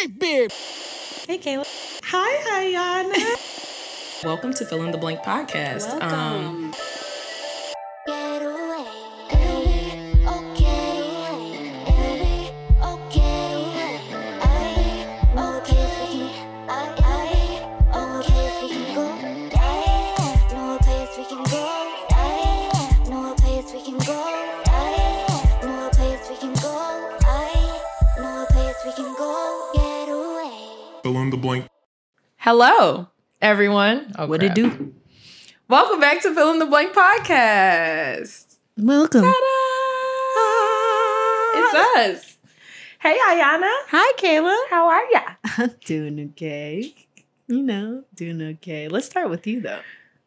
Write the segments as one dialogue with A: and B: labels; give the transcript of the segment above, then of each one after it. A: big beard.
B: Hey, Kayla.
C: Hi, Ayana.
B: Welcome to Fill in the Blank podcast.
D: Um,
C: Welcome.
E: Get away. It'll be okay. It'll be okay. I'll be okay for you. I- I'll be okay for you. Go. I know a place we can go. I know a place we can go. I know a place we can go. I know a place we can go. Get away.
F: Fill in the blank.
D: Hello, everyone. Oh,
G: What it
D: crap.
G: do?
D: Welcome back to Fill in the Blank podcast.
G: Welcome.
D: It's us. Hey, Ayana.
G: Hi, Kayla.
D: How are ya?
G: I'm doing okay. You know, doing okay. Let's start with you though.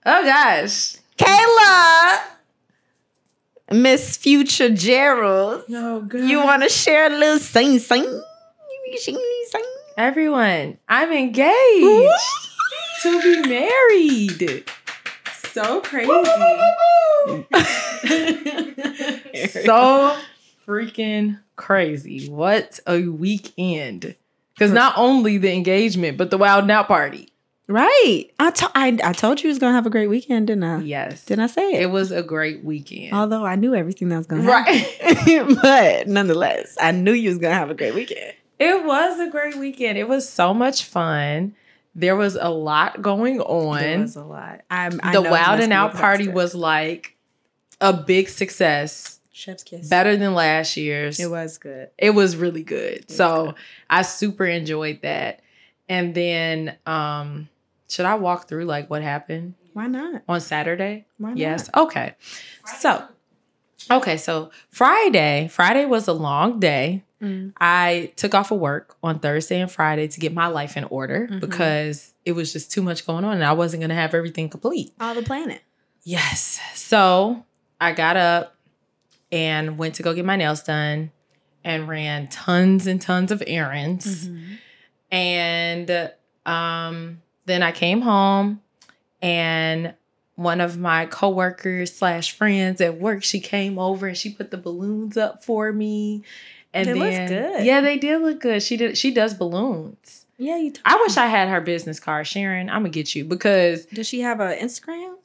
D: Oh, gosh. Kayla.
G: Miss Future Gerald.
C: Oh, good.
G: You want to share a little sing sing? sing?
D: Everyone, I'm engaged to be married.
C: so crazy.
D: so freaking crazy. What a weekend. Because not only the engagement, but the wild out party.
G: Right. I, to- I, I told you it was going to have a great weekend, didn't I?
D: Yes.
G: Didn't I say it?
D: It was a great weekend.
G: Although I knew everything that was going to happen.
D: right.
G: but nonetheless, I knew you was going to have a great weekend.
D: It was a great weekend. It was so much fun. There was a lot going
G: There
D: on.
G: was a lot. I'm, I
D: The
G: know it
D: Wild
G: must
D: and
G: be
D: Out party
G: exhausting.
D: was like a big success,
G: Chef's kiss.
D: better than last year's.
G: It was good.
D: It was really good.
G: was
D: so
G: good.
D: I super enjoyed that. And then um should I walk through like what happened
G: Why not?
D: on Saturday?
G: Why not?
D: Yes. Okay. So Okay, so Friday, Friday was a long day.
G: Mm.
D: I took off of work on Thursday and Friday to get my life in order
G: Mhm.
D: because it was just too much going on and I wasn't going to have everything complete.
G: All the planet.
D: Yes. So I got up and went to go get my nails done and ran tons and tons of errands.
G: Mm-hmm.
D: And um, then I came home and one of my coworkers slash friends at work, she came over and she put the balloons up for me. And
G: They look
D: then,
G: good.
D: Yeah, they did look good. She did she does balloons.
G: Yeah, you.
D: I wish I had her business card, Sharon. I'm gonna get you because
G: Does she have an Instagram?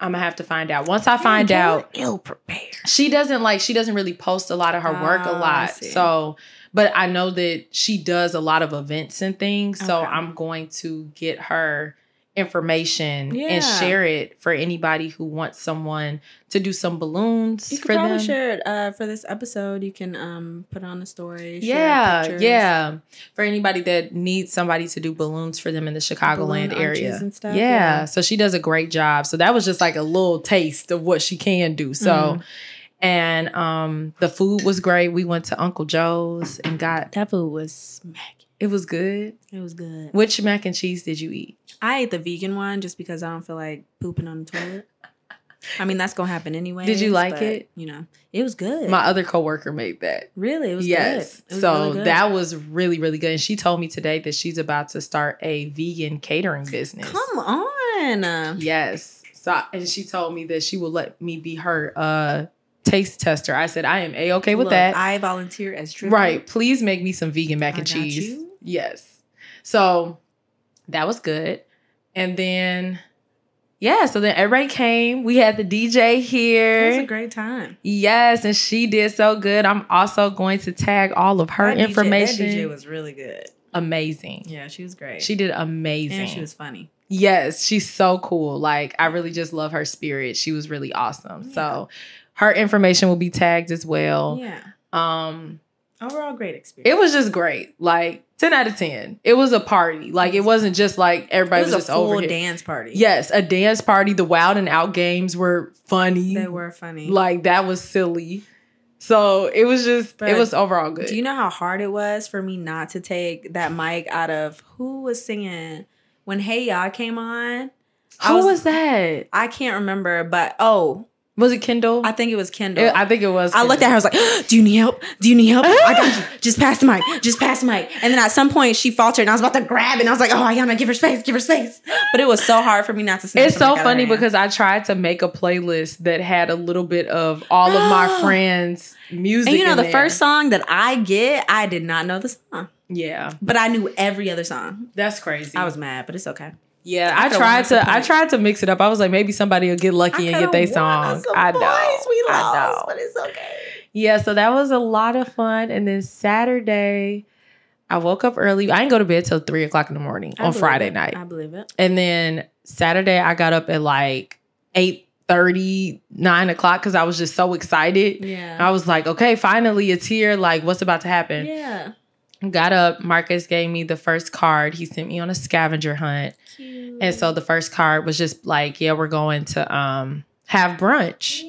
D: I'm gonna have to find out. Once I find out,
G: Ill prepared.
D: she doesn't like she doesn't really post a lot of her work a
G: Ah, I
D: lot
G: see.
D: so but i know that she does a lot of events and things so
G: Okay.
D: i'm going to get her information
G: Yeah.
D: and share it for anybody who wants someone to do some balloons
G: You can
D: for
G: probably
D: them
G: share it uh, for this episode. You can um put on a story. share
D: yeah
G: pictures,
D: yeah for anybody that needs somebody to do balloons for them in the
G: balloon
D: chicagoland
G: arches
D: area
G: and
D: yeah.
G: stuff.
D: so she does a great job so that was just like a little taste of what she can do so
G: Mhm.
D: and um the food was great we went to uncle joe's and got
G: that food was smacking.
D: it was good
G: It was good.
D: which mac and cheese did you eat
G: I ate the vegan one just because I don't feel like pooping on the toilet. I mean, that's gonna happen anyway.
D: Did you like it?
G: You know, it was good.
D: my other coworker made that
G: really, it was
D: yes
G: good. It was
D: so
G: really good.
D: that was really really good and she told me today that she's about to start a vegan catering business
G: come on.
D: yes so I- and she told me that she will let me be her uh taste tester i said i am a-okay with
G: Look,
D: that
G: I volunteer as true.
D: Right. Please make me some vegan mac
G: I
D: and
G: got
D: cheese.
G: you.
D: Yes. So that was good. And then, yeah, so then everybody came. We had the DJ
G: It was
D: here.
G: a great time.
D: yes, and she did so good. I'm also going to tag all of her
G: That DJ
D: information.
G: that DJ was really good.
D: amazing.
G: Yeah, she was great.
D: She did amazing.
G: and she was funny.
D: Yes, she's so cool. Like I really just love her spirit. She was really awesome. So her information will be tagged as well.
G: Yeah,
D: Um
G: overall great experience.
D: it was just great. Like 10 out of 10. It was a party. Like it wasn't just like everybody
G: It
D: was,
G: was a
D: just over
G: full
D: here.
G: dance party.
D: Yes, a dance party. The wild and out games were funny.
G: they were funny.
D: Like that was silly. So it was just
G: But
D: it was overall good.
G: do you know how hard it was for me not to take that mic out of who was singing when Hey Y'all came on? I
D: Who was,
G: was-
D: that?
G: I can't remember, but oh,
D: Was it Kindle?
H: I think it was Kendall.
D: It- I think it was.
H: I looked at her.
D: Kindle.
H: I was like, "Do you need help? Do you need help? I got you. Just pass the mic. Just pass the mic." And then at some point, she faltered, and I was about to grab, it, and I was like, "Oh, Ayana, give her space. Give her space." But it was so hard for me not to. snatch
D: It's
H: the mic
D: so
H: out of her
D: funny
H: hand.
D: because I tried to make a playlist that had a little bit of all of my friends' music.
H: and you know
D: in
H: the
D: there.
H: first song that I get, I did not know the song,
D: Yeah,
H: but I knew every other song.
D: that's crazy.
H: I was mad, but it's okay.
D: yeah,
H: I
D: I,
H: could've won
D: tried
H: us a
D: to. I
H: point.
D: tried to mix it up. I was like, maybe somebody will get lucky and get their song. I know. I know.
H: but it's okay.
D: Yeah, so that was a lot of fun. And then Saturday, I woke up early. I didn't go to bed till three o'clock in the morning on Friday night.
H: I believe it.
D: And then Saturday, I got up at like 8 9 o'clock because I was just so excited.
H: Yeah.
D: I was like, okay, finally it's here. Like, what's about to happen?
H: Yeah.
D: Got up. Marcus gave me the first card. He sent me on a scavenger hunt.
H: Cute.
D: And so the first card was just like, yeah, we're going to um have brunch.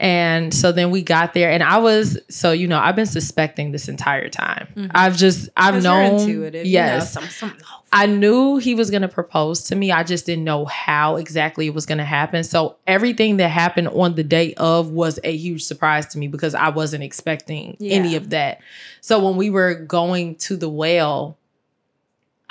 D: And so then we got there and I was so you know, I've been suspecting this entire time.
H: Mhm.
D: I've just I've
H: 'Cause you're
D: known
H: intuitive, you know,
D: Yes.
H: some- some-
D: I knew he was going to propose to me. I just didn't know how exactly it was going to happen. So everything that happened on the day of was a huge surprise to me because I wasn't expecting
H: Yeah.
D: any of that. So when we were going to the well,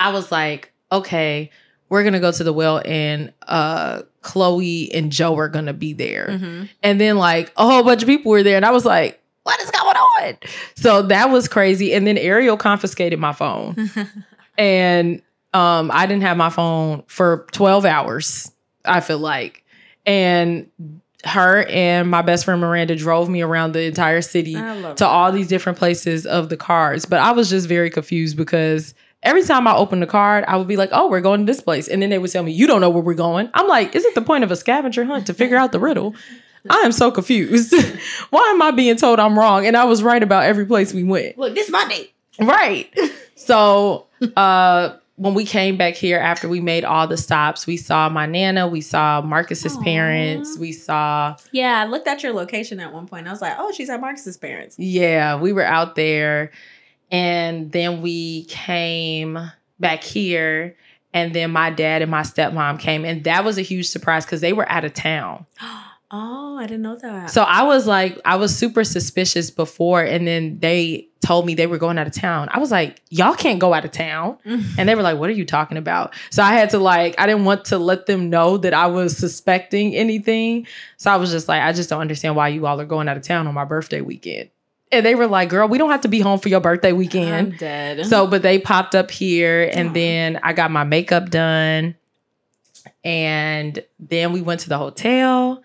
D: I was like, okay, we're going to go to the well and uh Chloe and Joe are going to be there.
G: Mm-hmm.
H: Mhm.
D: And then like a whole bunch of people were there and I was like, what is going on? So that was crazy. And then Ariel confiscated my phone and um, I didn't have my phone for 12 hours, I feel like. And her and my best friend Miranda drove me around the entire city
G: Oh.
H: I love
D: to
H: it.
D: all these different places of the cards. But I was just very confused because every time I opened the card, I would be like, oh, we're going to this place. And then they would tell me, you don't know where we're going. I'm like, is it the point of a scavenger hunt to figure out the riddle? I am so confused. Why am I being told I'm wrong? And I was right about every place we went.
H: Look, this is my date.
D: Right. So uh when we came back here after we made all the stops, we saw my nana, we saw Marcus's
H: Aw.
D: parents, we saw
H: Yeah, I looked at your location at one point. I was like, oh, she's at Marcus's parents.
D: yeah, we were out there and then we came back here and then my dad and my stepmom came and that was a huge surprise cuz they were out of town.
H: oh, I didn't know
G: Uh.
H: that.
D: So I was like I was super suspicious before and then they told me they were going out of town. I was like, y'all can't go out of town.
H: Mm-hmm.
D: And they were like, What are you talking about? So I had to, like, I didn't want to let them know that I was suspecting anything. So I was just like, I just don't understand why you all are going out of town on my birthday weekend. And they were like, Girl, we don't have to be home for your birthday
H: I'm
D: weekend.
G: Um,
H: dead.
D: So, but they popped up here and
H: Aw.
D: then I got my makeup done. And then we went to the hotel.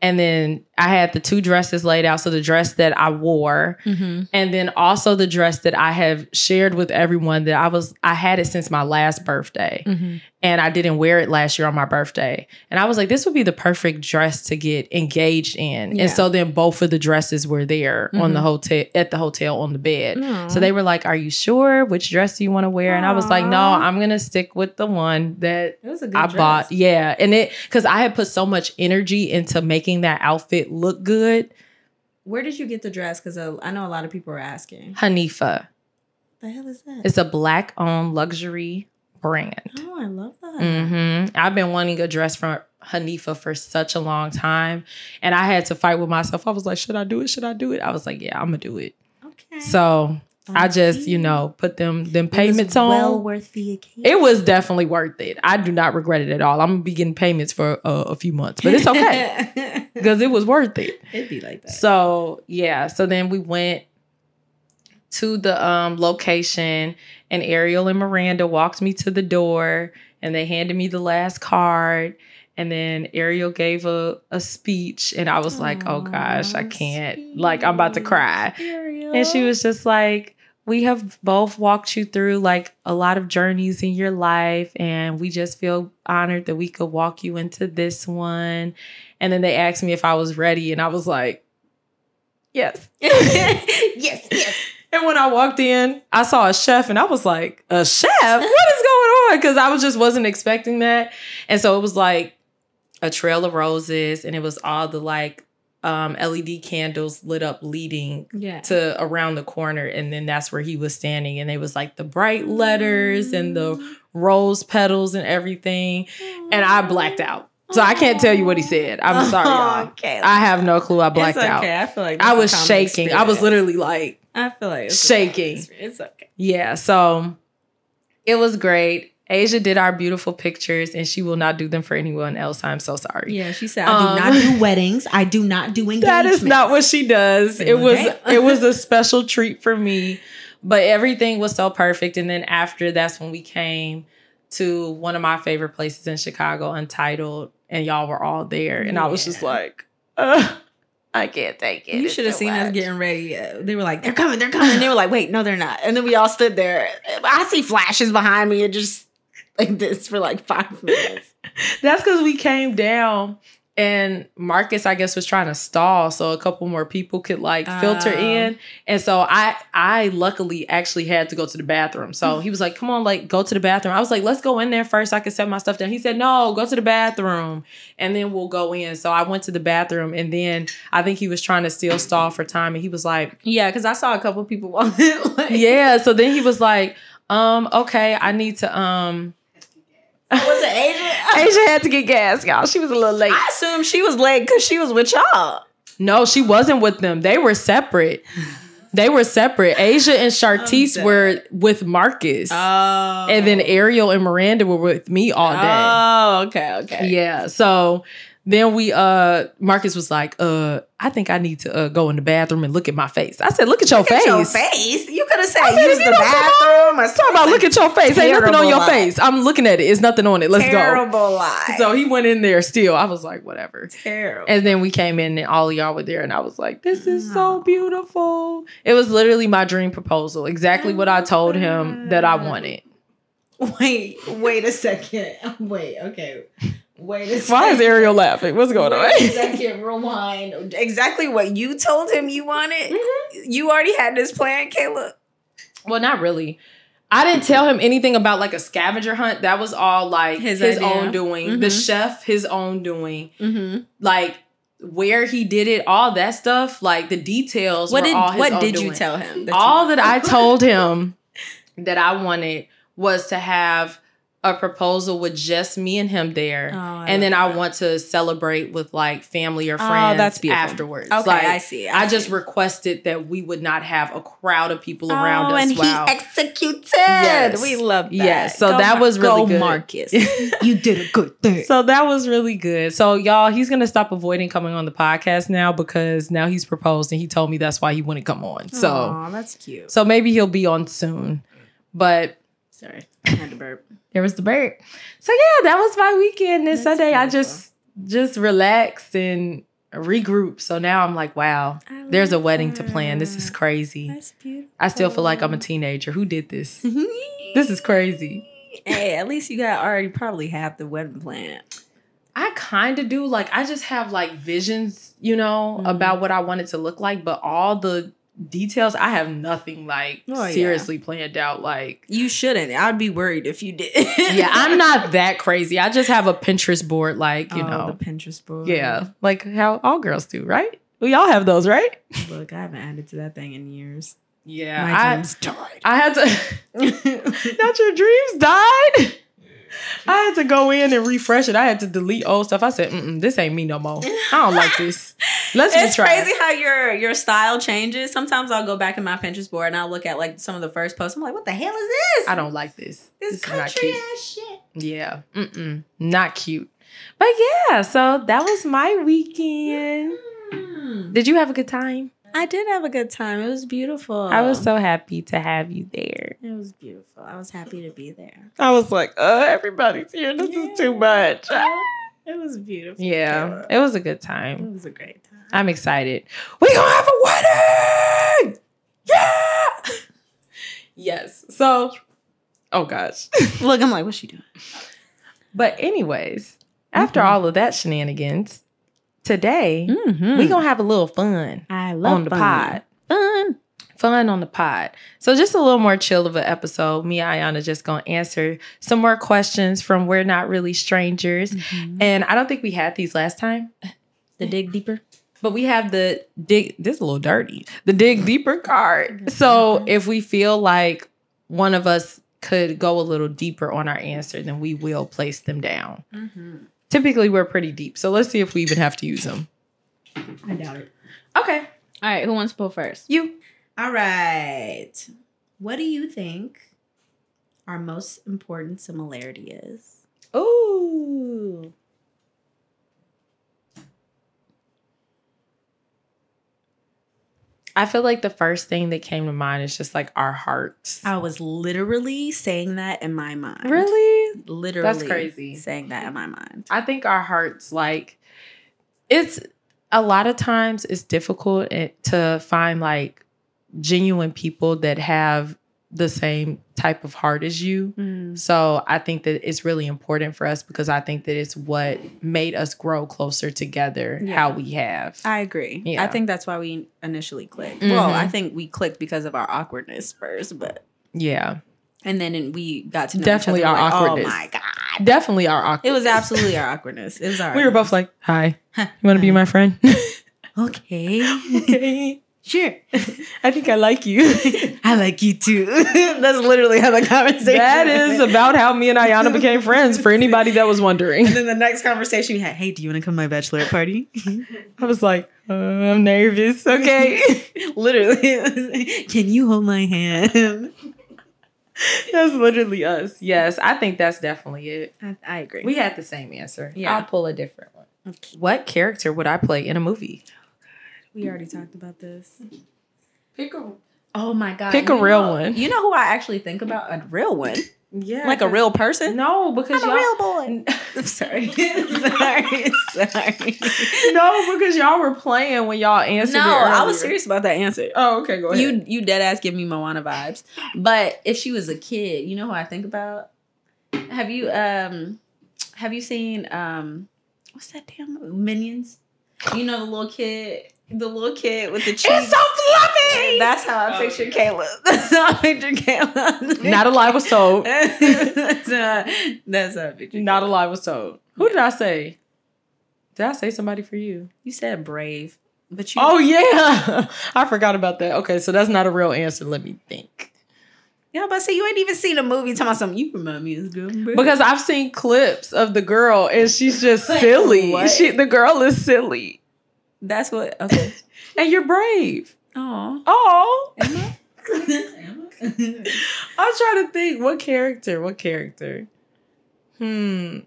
D: And then I had the two dresses laid out. So the dress that I wore,
H: Mhm.
D: and then also the dress that I have shared with everyone that I was I had it since my last birthday
H: Mhm.
D: and I didn't wear it last year on my birthday. And I was like this would be the perfect dress to get engaged in.
H: Yeah.
D: And so then both of the dresses were there on the
H: Mhm.
D: hotel at the hotel on the bed.
H: Aw.
D: So they were like, "Are you sure which dress do you want to wear?" And I was like, "No,
H: Aw.
D: I'm going to stick with the one that
H: It was a good
D: I
H: dress.
D: bought." Yeah, and it cuz I had put so much energy into making that outfit look good.
H: Where did you get the dress? Because I know a lot of people were asking.
D: Hanifa
H: the hell is that?
D: It's a black owned luxury brand.
H: oh, I love that.
D: hmm I've been wanting a dress from Hanifa for such a long time. And I had to fight with myself. I was like, should I do it? Should I do it? I was like, yeah, I'm going to do it.
H: Okay.
D: So I just, you
H: Fancy.
D: know, put them them
H: It was
D: payments on.
H: Well worth the occasion.
D: it was definitely worth it. I do not regret it at all. I'm going to be getting payments for uh, a few months, but it's okay because it was worth it.
H: It'd be like that.
D: So yeah, so then we went to the um, location, and Ariel and Miranda walked me to the door, and they handed me the last card, and then Ariel gave a a speech, and I was like, oh gosh, I
H: Aw,
D: can't, like I'm about to cry,
H: Ariel.
D: and she was just like. We have both walked you through like a lot of journeys in your life, and we just feel honored that we could walk you into this one. And then they asked me if I was ready, and I was like, Yes.
H: yes, yes.
D: And when I walked in, I saw a chef and I was like, a chef? What is going on? Because I was just wasn't expecting that. And so it was like a trail of roses and it was all the like um, LED candles lit up leading
H: Yeah.
D: to around the corner. And then that's where he was standing. And it was like the bright letters and the rose petals and everything. And I blacked out. So I can't tell you what he said. I'm sorry, y'all.
H: Okay.
D: I have no clue. I blacked
G: it's okay.
D: out.
G: I feel like
D: I
G: that's a
D: was
G: common
D: shaking. I was
G: experience.
D: literally like,
G: I feel like it's a
D: shaking.
G: common experience. It's okay.
D: yeah. So it was great. Asia did our beautiful pictures, and she will not do them for anyone else. I'm so sorry.
G: Yeah, she said. I
D: Um,
G: do
H: I do not do weddings. I do not do engagements.
D: That is not what she does.
G: Say
D: It
G: one
D: was
G: day.
D: it was a special treat for me, but everything was so perfect. And then after that's when we came to one of my favorite places in Chicago, Untitled, and y'all were all there, and I was just
G: Yeah.
D: like, "Ugh, I can't take it.
G: You
D: It's
G: should have
D: too
G: seen us
D: much."
G: getting ready. Uh, They were like,
H: They're coming. They're coming. And they were like, wait, no, they're not. And then we all stood there. I see flashes behind me and just like this for like five minutes.
D: That's because we came down. And Marcus, I guess, was trying to stall so a couple more people could like filter
G: Oh.
D: in. And so I, I luckily actually had to go to the bathroom. So he was like, "Come on, like go to the bathroom." I was like, "Let's go in there first. I can set my stuff down." He said, "No, go to the bathroom, and then we'll go in." So I went to the bathroom, and then I think he was trying to still stall for time, and he was like,
H: Yeah, because I saw a couple people walking. like,
D: "Yeah." So then he was like, "Um, okay, I need to um."
H: Was it Asian?
D: Asia had to get gas, y'all. She was a little late.
H: I assume she was late because she was with y'all.
D: No, she wasn't with them. They were separate. They were separate. Asia and Shartice
H: Oh,
G: dead.
D: were with Marcus.
G: oh,
D: and then Ariel and Miranda were with me all day.
G: Oh, okay, okay.
D: Yeah. So then we uh Marcus was like, uh, I think I need to uh, go in the bathroom and look at my face. I said, look at your face.
H: At your face. You could have said,
D: said, if
H: use the
D: you don't come
H: bathroom or
D: Talk about look at your face. Ain't nothing on
H: Terrible
D: your
H: lie.
D: face. I'm looking at it. It's nothing on it. Let's
H: Terrible lie.
D: go. So he went in there still. I was like, whatever.
G: Terrible.
D: And then we came in and all of y'all were there and I was like, this is so beautiful. It was literally my dream proposal. Exactly what I told him that I wanted.
H: wait, wait a second. Wait, okay. Wait a
D: Why is Ariel laughing? What's going on?
H: Wait a second, rewind. Exactly what you told him you wanted.
G: Mm-hmm.
H: You already had this plan, Kayla.
D: well, not really. I didn't tell him anything about like a scavenger hunt. That was all like his,
G: His idea. Mm-hmm.
D: own doing. The
H: Mhm.
D: chef, his own doing.
H: Mm-hmm.
D: Like where he did it, all that stuff, like the details.
G: what
D: were
G: did
D: all his
G: what
D: own
G: did you
D: doing.
G: tell him? that
D: all
G: you-
D: that I told him that I wanted was to have a proposal with just me and him there.
G: Oh, I
D: and then
G: love
D: I
G: that.
D: want to celebrate with like family or
G: Oh,
D: friends
G: that's beautiful.
D: afterwards.
G: Okay,
D: like,
G: I see.
D: I
G: I,
D: just
G: see.
D: requested that we would not have a crowd of people
G: Oh,
D: around us.
G: and he
D: while-
H: Executed.
D: Yes.
G: we love that.
D: Yes, so
G: Go
D: that
G: Mar-
D: was really
G: go
D: good.
G: Marcus.
H: You did a good thing.
D: so that was really good. So y'all, he's gonna stop avoiding coming on the podcast now because now he's proposed and he told me that's why he wouldn't come on. So
G: Aw, that's cute.
D: so maybe he'll be on soon. But
G: Sorry, I had to burp.
D: there was the bird. So yeah, that was my weekend. This
G: That's
D: Sunday, I
G: beautiful.
D: just just relaxed and regrouped. So now I'm like, wow, there's a wedding to plan. This is crazy.
G: That's beautiful.
D: I still feel like I'm a teenager. Who did this? This is crazy.
G: Mm-hmm. Hey, at least you got already probably half the wedding plan.
D: I kind of do. Like I just have like visions, you know,
G: Mhm.
D: about what I want it to look like, but all the details, I have nothing like
G: Oh, yeah.
D: seriously planned out like
G: You shouldn't. I'd be worried if you did.
D: yeah, I'm not that crazy. I just have a Pinterest board, like, you
G: Oh,
D: know.
G: the Pinterest board.
D: Yeah, like how all girls do, right? We all have those, right?
G: Look, I haven't added to that thing in years.
D: Yeah,
G: My
D: I,
G: dreams died.
D: I had to. not your dreams died. I had to go in and refresh it. I had to delete old stuff. I said, Mm-mm, "This ain't me no more. I don't like this. Let's
G: It's
D: just try."
G: crazy how your your style changes. Sometimes I'll go back in my Pinterest board and I'll look at like some of the first posts. I'm like, what the hell is this?
D: I don't like this.
G: this,
D: is not
G: country
D: cute.
G: ass shit.
D: Yeah, Mm-mm. not cute. But yeah, so that was my weekend.
G: Mm.
D: Did you have a good time?
G: I did have a good time. It was beautiful.
D: I was so happy to have you there.
G: It was beautiful. I was happy to be there.
D: I was like, "Uh, everybody's here. This is too much."
G: It was beautiful.
D: Yeah, it was a good time.
G: It was a great time.
D: I'm excited. We gonna have a wedding! Yeah. yes. So, oh gosh.
H: Look, I'm like, what's she doing?
D: But anyways, after
G: Mm-hmm.
H: Mhm.
D: all of that shenanigans, today
H: Mm-hmm.
D: we gonna have a little fun
H: I
D: on the pod.
H: Fun.
D: Fun on the pod. So just a little more chill of an episode. Me and Ayana just gonna answer some more questions from We're Not Really Strangers. And I don't think we had these last time.
H: The dig deeper.
D: But we have the dig. This is a little dirty. The dig deeper card. So if we feel like one
G: Mm-hmm.
D: of us could go a little deeper on our answer, then we will place them down. Typically, we're pretty deep, so let's see if we even have to use them.
G: I doubt it.
D: Okay,
I: All right, who wants to pull first?
D: you.
G: All right. What do you think our most important similarity is?
I: Ooh.
D: I feel like the first thing that came to mind is just like our hearts.
G: I was literally saying that in my mind.
D: Really?
G: Literally.
D: crazy.
G: Saying that in my mind.
D: I think our hearts like it's a lot of times it's difficult it- to find like genuine people that have the same type of heart as you. So I think that it's really important for us because I think that it's what made us grow closer together,
G: Yeah.
D: how we have.
G: I agree.
D: Yeah.
G: I think that's why we initially clicked. Well,
D: Mhm.
G: I think we clicked because of our awkwardness first, but
D: yeah.
G: and then we got to know
D: Definitely
G: each other,
D: our
G: like,
D: awkwardness.
G: Oh my god.
D: Definitely our awkward.
G: It was absolutely our awkwardness. It was our
D: We were both like, hi,
G: Huh.
D: you want to be my friend?
G: okay.
D: okay.
G: sure.
D: I think I like you.
G: I like you too. That's literally how the conversation
D: that is about how me and Ayana became friends for anybody that was wondering.
G: And then the next conversation we had, hey, do you want to come to my bachelorette party?
D: I was like, uh, I'm nervous. Okay.
G: Literally. Can you hold my hand?
D: that's literally us. Yes. I think that's definitely it.
G: I, I agree.
D: We had the same answer.
G: Yeah.
D: I'll pull a different one.
G: Okay.
D: What character would I play in a movie?
G: we already talked about this.
D: Pick a
G: Oh my god.
D: Pick a
G: you
D: real
G: know-
D: one.
G: You know who I actually think about? A real one.
D: Yeah.
G: Like a real person?
D: No, because
G: I'm
D: y'all
G: a real boy.
D: N-
G: I'm sorry. sorry. Sorry.
D: No, because y'all were playing when y'all answered.
G: No,
D: it
G: I was
D: earlier.
G: serious about that answer.
D: Oh, okay, go ahead.
G: You you dead ass give me Moana vibes. But if she was a kid, you know who I think about? Have you um have you seen um what's that damn movie? Minions? You know the little kid the little kid with the cheeks.
D: it's so fluffy.
G: That's how I
D: Oh,
G: picture Caleb. That's how I picture Caleb.
D: not a lie was told.
G: that's, how, that's how I picture
D: Not a
G: Caleb.
D: lie was told. Who did I say? Did I say somebody for you?
G: You said brave, but you
D: Oh yeah, I forgot about that. Okay, so that's not a real answer. Let me think.
G: yeah, but see, you ain't even seen a movie talking about something. You remind me of this girl.
D: Because I've seen clips of the girl and she's just silly.
G: What?
D: She, the girl is silly,
G: that's what. Okay.
D: and you're brave.
G: Oh.
D: Oh,
G: Emma? Emma?
D: I'm trying to think. What character? What character? Hmm.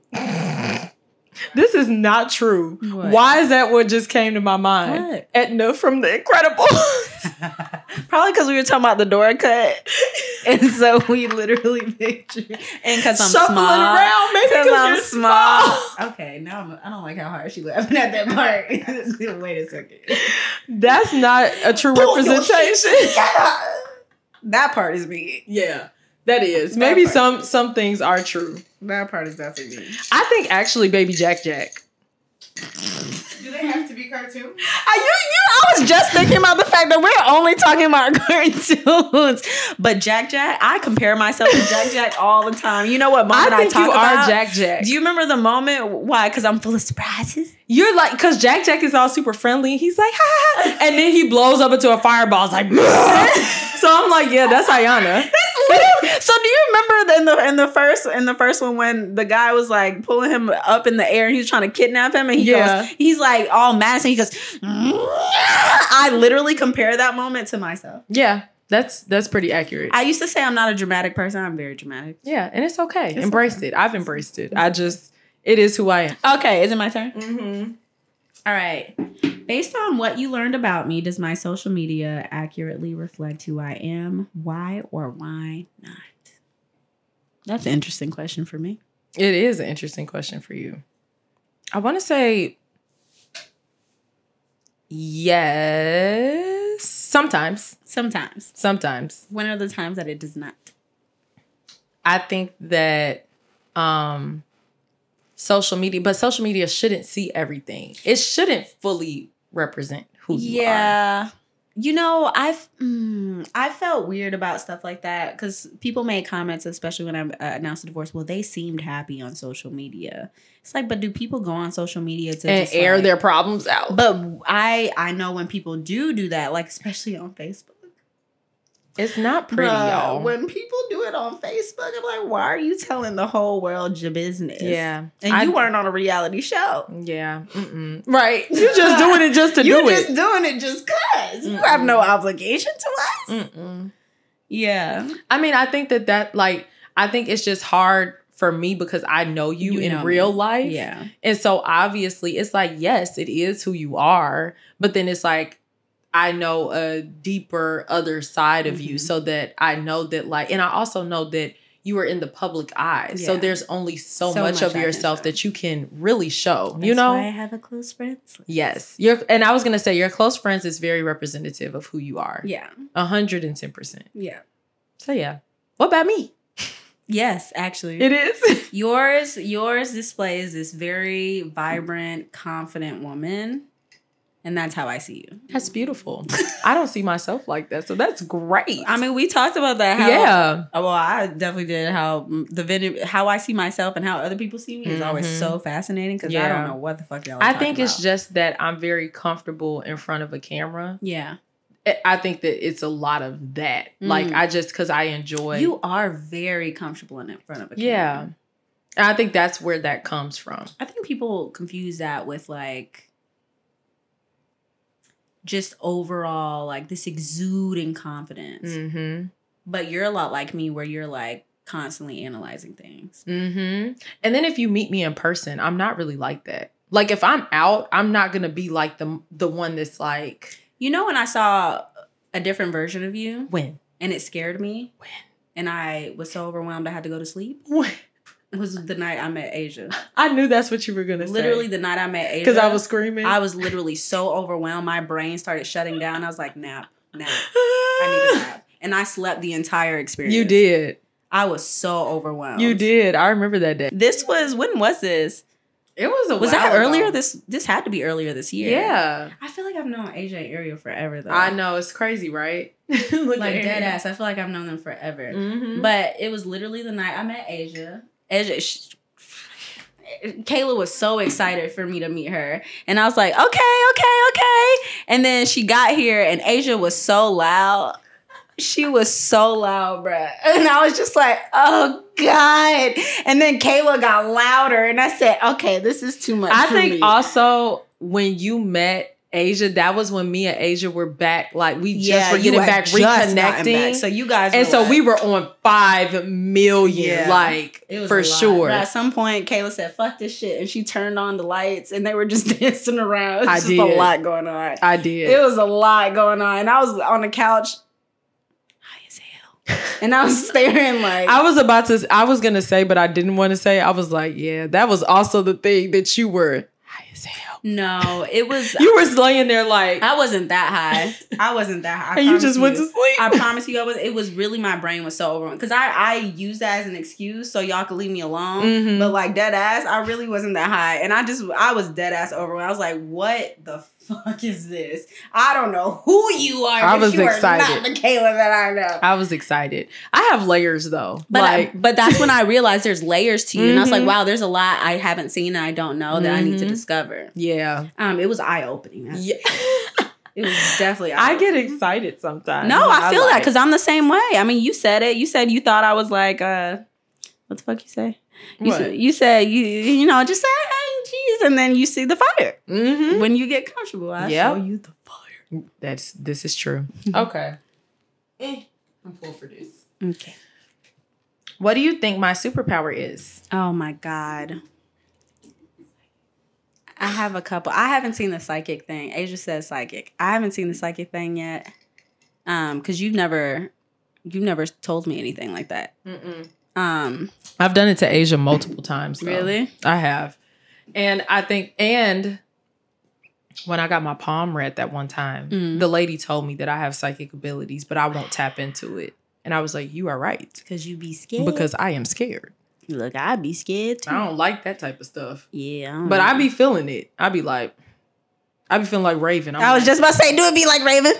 D: this is not true.
G: What?
D: Why is that what just came to my mind? Etna from The Incredibles.
G: Probably because we were talking about the door cut. And so we literally pictured. And because I'm
D: Shuffling
G: small.
D: around, maybe
G: 'Cause
D: because
G: I'm
D: you're small.
G: Okay, now I'm, I don't like how hard she laughing at that part. Wait a second.
D: That's not a true
G: Pull your
D: representation.
G: That part is me.
D: yeah, that is.
G: That
D: maybe
G: part.
D: some some things are true.
G: That part is definitely me.
D: I think actually, Baby Jack Jack.
H: Do they have to be cartoons?
G: I, you, you, I was just thinking about the fact that we're only talking about cartoons. But Jack Jack, I compare myself to Jack Jack all the time. You know what mom
D: I
G: and I
D: think
G: talk
D: you
G: about?
D: are Jack Jack.
G: Do you remember the moment? Why? Because I'm full of surprises.
D: You're like, cause Jack Jack is all super friendly. and He's like, ha, ha, ha, and then he blows up into a fireball. It's like, so I'm like, yeah, that's Ayana.
G: so do you remember in the in the first in the first one when the guy was like pulling him up in the air and he was trying to kidnap him and he
D: Yeah.
G: goes he's like all mad and he goes I literally compare that moment to myself.
D: Yeah, that's that's pretty accurate.
G: I used to say I'm not a dramatic person. I'm very dramatic.
D: yeah, and it's okay. Embrace it. I've embraced it. I just, it is who I am.
G: Okay, is it my turn?
D: Mm-hmm.
G: All right. Based on what you learned about me, does my social media accurately reflect who I am? Why or why not? That's an interesting question for me.
D: It is an interesting question for you. I want to say yes. Sometimes,
G: Sometimes.
D: sometimes.
G: When are the times that it does not?
D: I think that um social media, but social media shouldn't see everything. It shouldn't fully represent who you are.
G: yeah. You know, I've mm, I felt weird about stuff like that because people made comments, especially when I uh, announced the divorce. Well, they seemed happy on social media. It's like, but do people go on social media to
D: And
G: just,
D: air
G: like-
D: their problems out.
G: But I I know when people do do that, like especially on Facebook,
D: It's not pretty,
G: Bruh,
D: y'all.
G: When people do it on Facebook, I'm like, why are you telling the whole world your business?
D: yeah,
G: And
D: I-
G: you weren't on a reality show.
D: yeah, mm-mm. right. You're just doing it just to
G: you
D: do
G: just
D: it.
G: doing it just because. You have no obligation to us.
D: Mm-mm.
G: Yeah.
D: I mean, I think that that like I think it's just hard for me because I know you,
G: You
D: in
G: know me.
D: real life.
G: Yeah.
D: And so obviously it's like yes, it is who you are, but then it's like I know a deeper other side of you
G: Mhm.
D: so that I know that like and I also know that you are in the public eye. So
G: Yeah.
D: there's only so,
G: So
D: much,
G: much
D: of
G: I can
D: yourself
G: show.
D: that you can really show, you know?
G: have a close friends.
D: Yes. Your and I was going to say your close friends is very representative of who you are.
G: Yeah.
D: 110%.
G: Yeah.
D: So yeah. What about me?
G: Yes, actually.
D: is.
G: yours yours displays this very vibrant, confident woman. And that's how I see you.
D: That's beautiful. I don't see myself like that, so that's great.
G: I mean, we talked about that. How,
D: yeah,
G: Oh, Well, I definitely did. How mm, the vid- how I see myself and how other people see me is always
D: Mhm.
G: so fascinating because Mm-hmm. I
D: Yeah.
G: don't know what the fuck y'all. Are
D: I think
G: talking
D: it's
G: about.
D: just that I'm very comfortable in front of a camera.
G: yeah.
D: I- I think that it's a lot of that. Like
G: Mm.
D: I just because I enjoy.
G: You are very comfortable in front of a camera.
D: yeah, And I think that's where that comes from.
G: I think people confuse that with like just overall like this exuding confidence.
D: Mm-hmm.
G: But you're a lot like me where you're like constantly analyzing things.
D: Mm-hmm. And then if you meet me in person, I'm not really like that. Like if I'm out, I'm not gonna be like the the one that's like
G: You know when I saw a different version of you
D: when
G: and it scared me?
D: When?
G: And I was so overwhelmed I had to go to sleep.
D: when
G: was the night I met Asia.
D: I knew that's what you were gonna
G: literally the night I met Asia.
D: because I was screaming.
G: I was literally so overwhelmed. My brain started shutting down. I was like, nap, nap. I need a nap. And I slept the entire experience.
D: You did.
G: I was so overwhelmed.
D: You did. I remember that day.
G: This was when was this?
D: It was a
G: Was that earlier this this had to be earlier this year.
D: Yeah.
G: I feel like I've known Asia and Ariel forever though.
D: I know. It's crazy, right? Look
G: Like dead ass. I feel like I've known them forever.
D: hmm
G: But it was literally the night I met Asia. Asia, sh Kayla was so excited for me to meet her, and I was like, "Okay, okay, okay." And then she got here, and Asia was so loud. She was so loud, bruh. And I was just like, oh God. And then Kayla got louder. And I said, okay, this is too much.
D: I
G: for me.
D: think also when you met Asia, that was when me and Asia were back. Like we just were
G: you
D: getting
G: had
D: back
G: just gotten back.
D: reconnecting.
G: So you guys
D: and
G: were
D: so
G: like-
D: we were on five million,
G: Yeah.
D: like
G: It was a
D: for
G: lot.
D: sure.
G: But at some point, Kayla said, "Fuck this shit," and she turned on the lights, and they were just dancing around. It was
D: I
G: just
D: did.
G: a lot going on.
D: I did.
G: It was a lot going on, and I was on the couch, high as hell, and I was staring like,
D: I was about to. I was gonna say, but I didn't want to say. I was like, yeah, that was also the thing that you were high as hell.
G: "No, it was."
D: You were laying there like,
G: I wasn't that high. I wasn't that high. I
D: and you
G: promise
D: just went to sleep.
G: I promise you, I was. It was really my brain was so overwhelmed because I I used that as an excuse so y'all could leave me alone.
D: Mhm.
G: But like dead ass, I really wasn't that high, and I just I was dead ass overwhelmed. I was like, what the fuck is this? I don't know who you are.
D: I
G: but
D: was
G: you Are not
D: excited.
G: the Kayla that I know.
D: I was excited. I have layers though.
G: But
D: like,
G: I, but that's when I realized there's layers to you, and I was like,
D: Mhm.
G: wow, there's a lot I haven't seen and I don't know that I need to
D: Mhm.
G: discover.
D: yeah.
G: Um, it was eye opening.
D: yeah.
G: It was definitely.
D: I get
G: eye-opening.
D: excited sometimes.
G: No, I feel that
D: like-
G: because I'm the same way. I mean, you said it. You said you thought I was like, uh, what the fuck you say? You,
D: What?
G: s- you said you you know just say, hey, jeez, and then you see the fire
D: Mhm.
G: when you get comfortable. I
D: Yep.
G: show you the fire.
D: That's this is true. okay. Eh, I'm full for this.
G: Okay.
D: What do you think my superpower is?
G: Oh my god. I have a couple. I haven't seen the psychic thing. Asia says psychic. I haven't seen the psychic thing yet. Um, because you've never, you've never told me anything like that. Um,
D: I've done it to Asia multiple times. though.
G: really?
D: I have. And I think, and when I got my palm read that one time,
G: Mm.
D: the lady told me that I have psychic abilities, but I won't tap into it. And I was like, you are right
G: Because you be scared.
D: because I am scared.
G: Look, I'd be scared too. Mm.
D: I don't like that type of stuff.
G: yeah.
D: But I be feeling it. I be like, I be feeling like Raven. I'm
G: I was
D: like-
G: just about to say, do it be like Raven.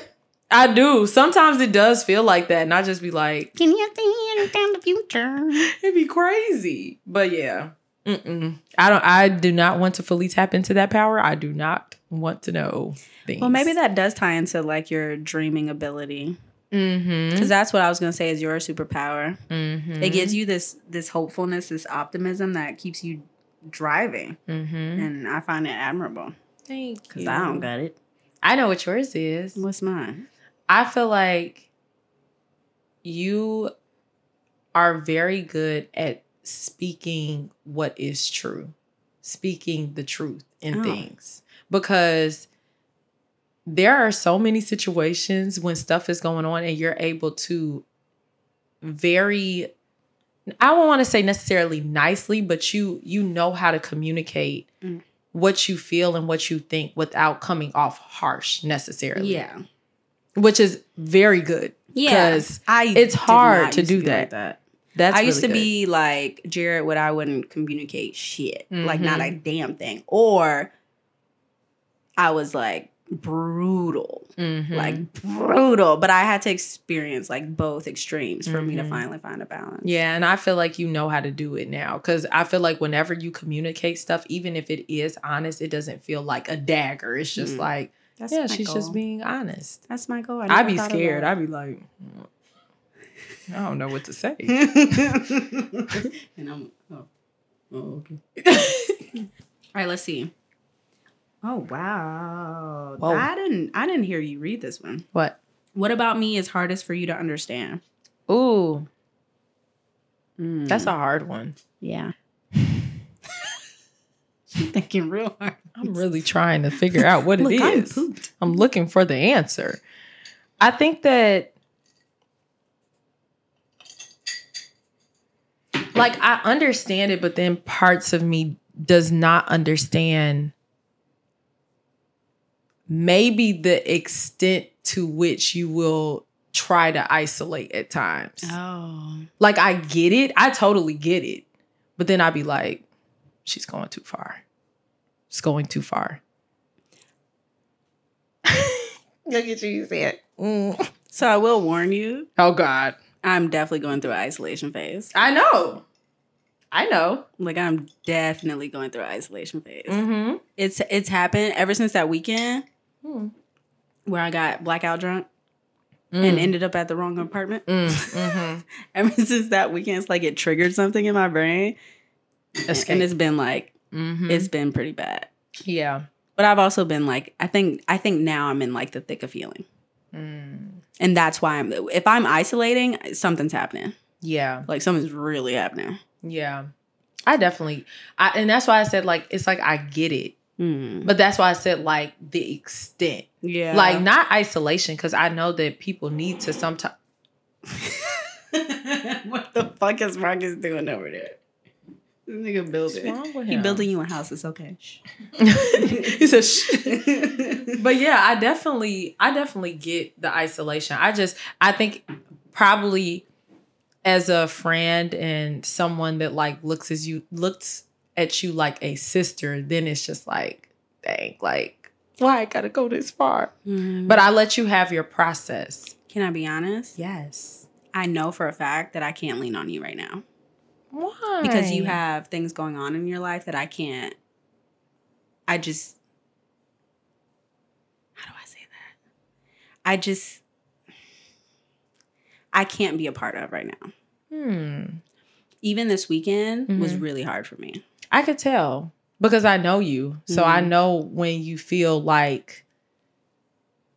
D: I do. Sometimes it does feel like that, and I just be like,
G: Can you see anything in the future?
D: it'd be crazy. But yeah, Mm-mm. I don't. I do not want to fully tap into that power. I do not want to know things.
G: Well, maybe that does tie into like your dreaming ability.
D: Mm-hmm.
G: Because that's what I was gonna say is your superpower.
D: Mm-hmm.
G: It gives you this this hopefulness, this optimism that keeps you driving,
D: Mm-hmm.
G: and I find it admirable.
D: Thank
G: Cause
D: you.
G: I don't got it.
D: I know what yours is.
G: What's mine?
D: I feel like you are very good at speaking what is true, speaking the truth in
G: Oh.
D: things. Because there are so many situations when stuff is going on and you're able to very I don't want to say necessarily nicely, but you you know how to communicate
G: Mm.
D: what you feel and what you think without coming off harsh necessarily
G: Yeah,
D: which is very good.
G: yeah.
D: 'Cause
G: I
D: it's
G: did
D: hard
G: not
D: to
G: used
D: do
G: be like
D: that.
G: that.
D: That's
G: I used to be like Jared, what I wouldn't communicate shit, like not a
D: Mm-hmm.
G: damn thing, or I was like brutal, like
D: Mm-hmm.
G: brutal. But I had to experience like both extremes for me to
D: Mhm.
G: finally find a balance.
D: yeah, and I feel like you know how to do it now because I feel like whenever you communicate stuff, even if it is honest, it doesn't feel like a dagger. It's just
G: Mm.
D: like
G: That's
D: yeah,
G: my
D: she's
G: goal.
D: just being honest.
G: That's my goal. I
D: I'd
G: never
D: be
G: thought
D: scared.
G: about
D: I'd be like, I don't know what to say.
G: Hmm. it. and I'm oh, oh okay. All right, let's see. Oh wow!
D: Whoa.
G: I didn't. I didn't hear you read this one.
D: what?
G: What about me is hardest for you to understand?
D: Ooh,
G: Mm.
D: that's a hard one.
G: yeah. She's thinking real hard.
D: I'm really trying to figure out what it
G: Look,
D: is.
G: I'm pooped.
D: I'm looking for the answer. I think that like I understand it, but then parts of me does not understand maybe the extent to which you will try to isolate at times.
G: Oh,
D: Like I get it. I totally get it. But then I'd be like, she's going too far. She's going too far.
H: Look at you, you see it.
D: Mm.
G: so I will warn you.
D: Oh God.
G: I'm definitely going through an isolation phase.
D: I know. I know.
G: Like I'm definitely going through an isolation phase.
D: Mm-hmm.
G: It's it's happened ever since that weekend
D: Hmm.
G: where I got blackout drunk and ended up at the wrong apartment.
D: Mm. mm-hmm.
G: Ever since that weekend, it's like it triggered something in my brain, and it's been like
D: mm-hmm.
G: it's been pretty bad.
D: yeah.
G: But I've also been like I think I think now I'm in like the thick of healing.
D: Mm.
G: And that's why I'm if I'm isolating, something's happening.
D: Yeah.
G: Like something's really happening.
D: Yeah. I definitely. I and that's why I said like it's like I get it,
G: Mm.
D: but that's why I said like the extent,
G: Yeah.
D: like not isolation, because I know that people need to sometimes.
G: what the fuck is Marcus doing over there? This nigga building. He building you a house. It's okay.
D: he said, "Shh." but yeah, I definitely, I definitely get the isolation. I just, I think probably as a friend and someone that like looks as you looks at you like a sister, then it's just like, dang, like why I gotta go this far?
G: But
D: But I let you have your process.
G: can I be honest?
D: Yes.
G: I know for a fact that I can't lean on you right now
D: Why?
G: because you have things going on in your life that I can't. I just. How do I say that? I just. I can't be a part of right now.
D: Hmm.
G: Even this weekend was
D: Mhm.
G: really hard for me.
D: I could tell because I know you. So I
G: Mhm.
D: know when you feel like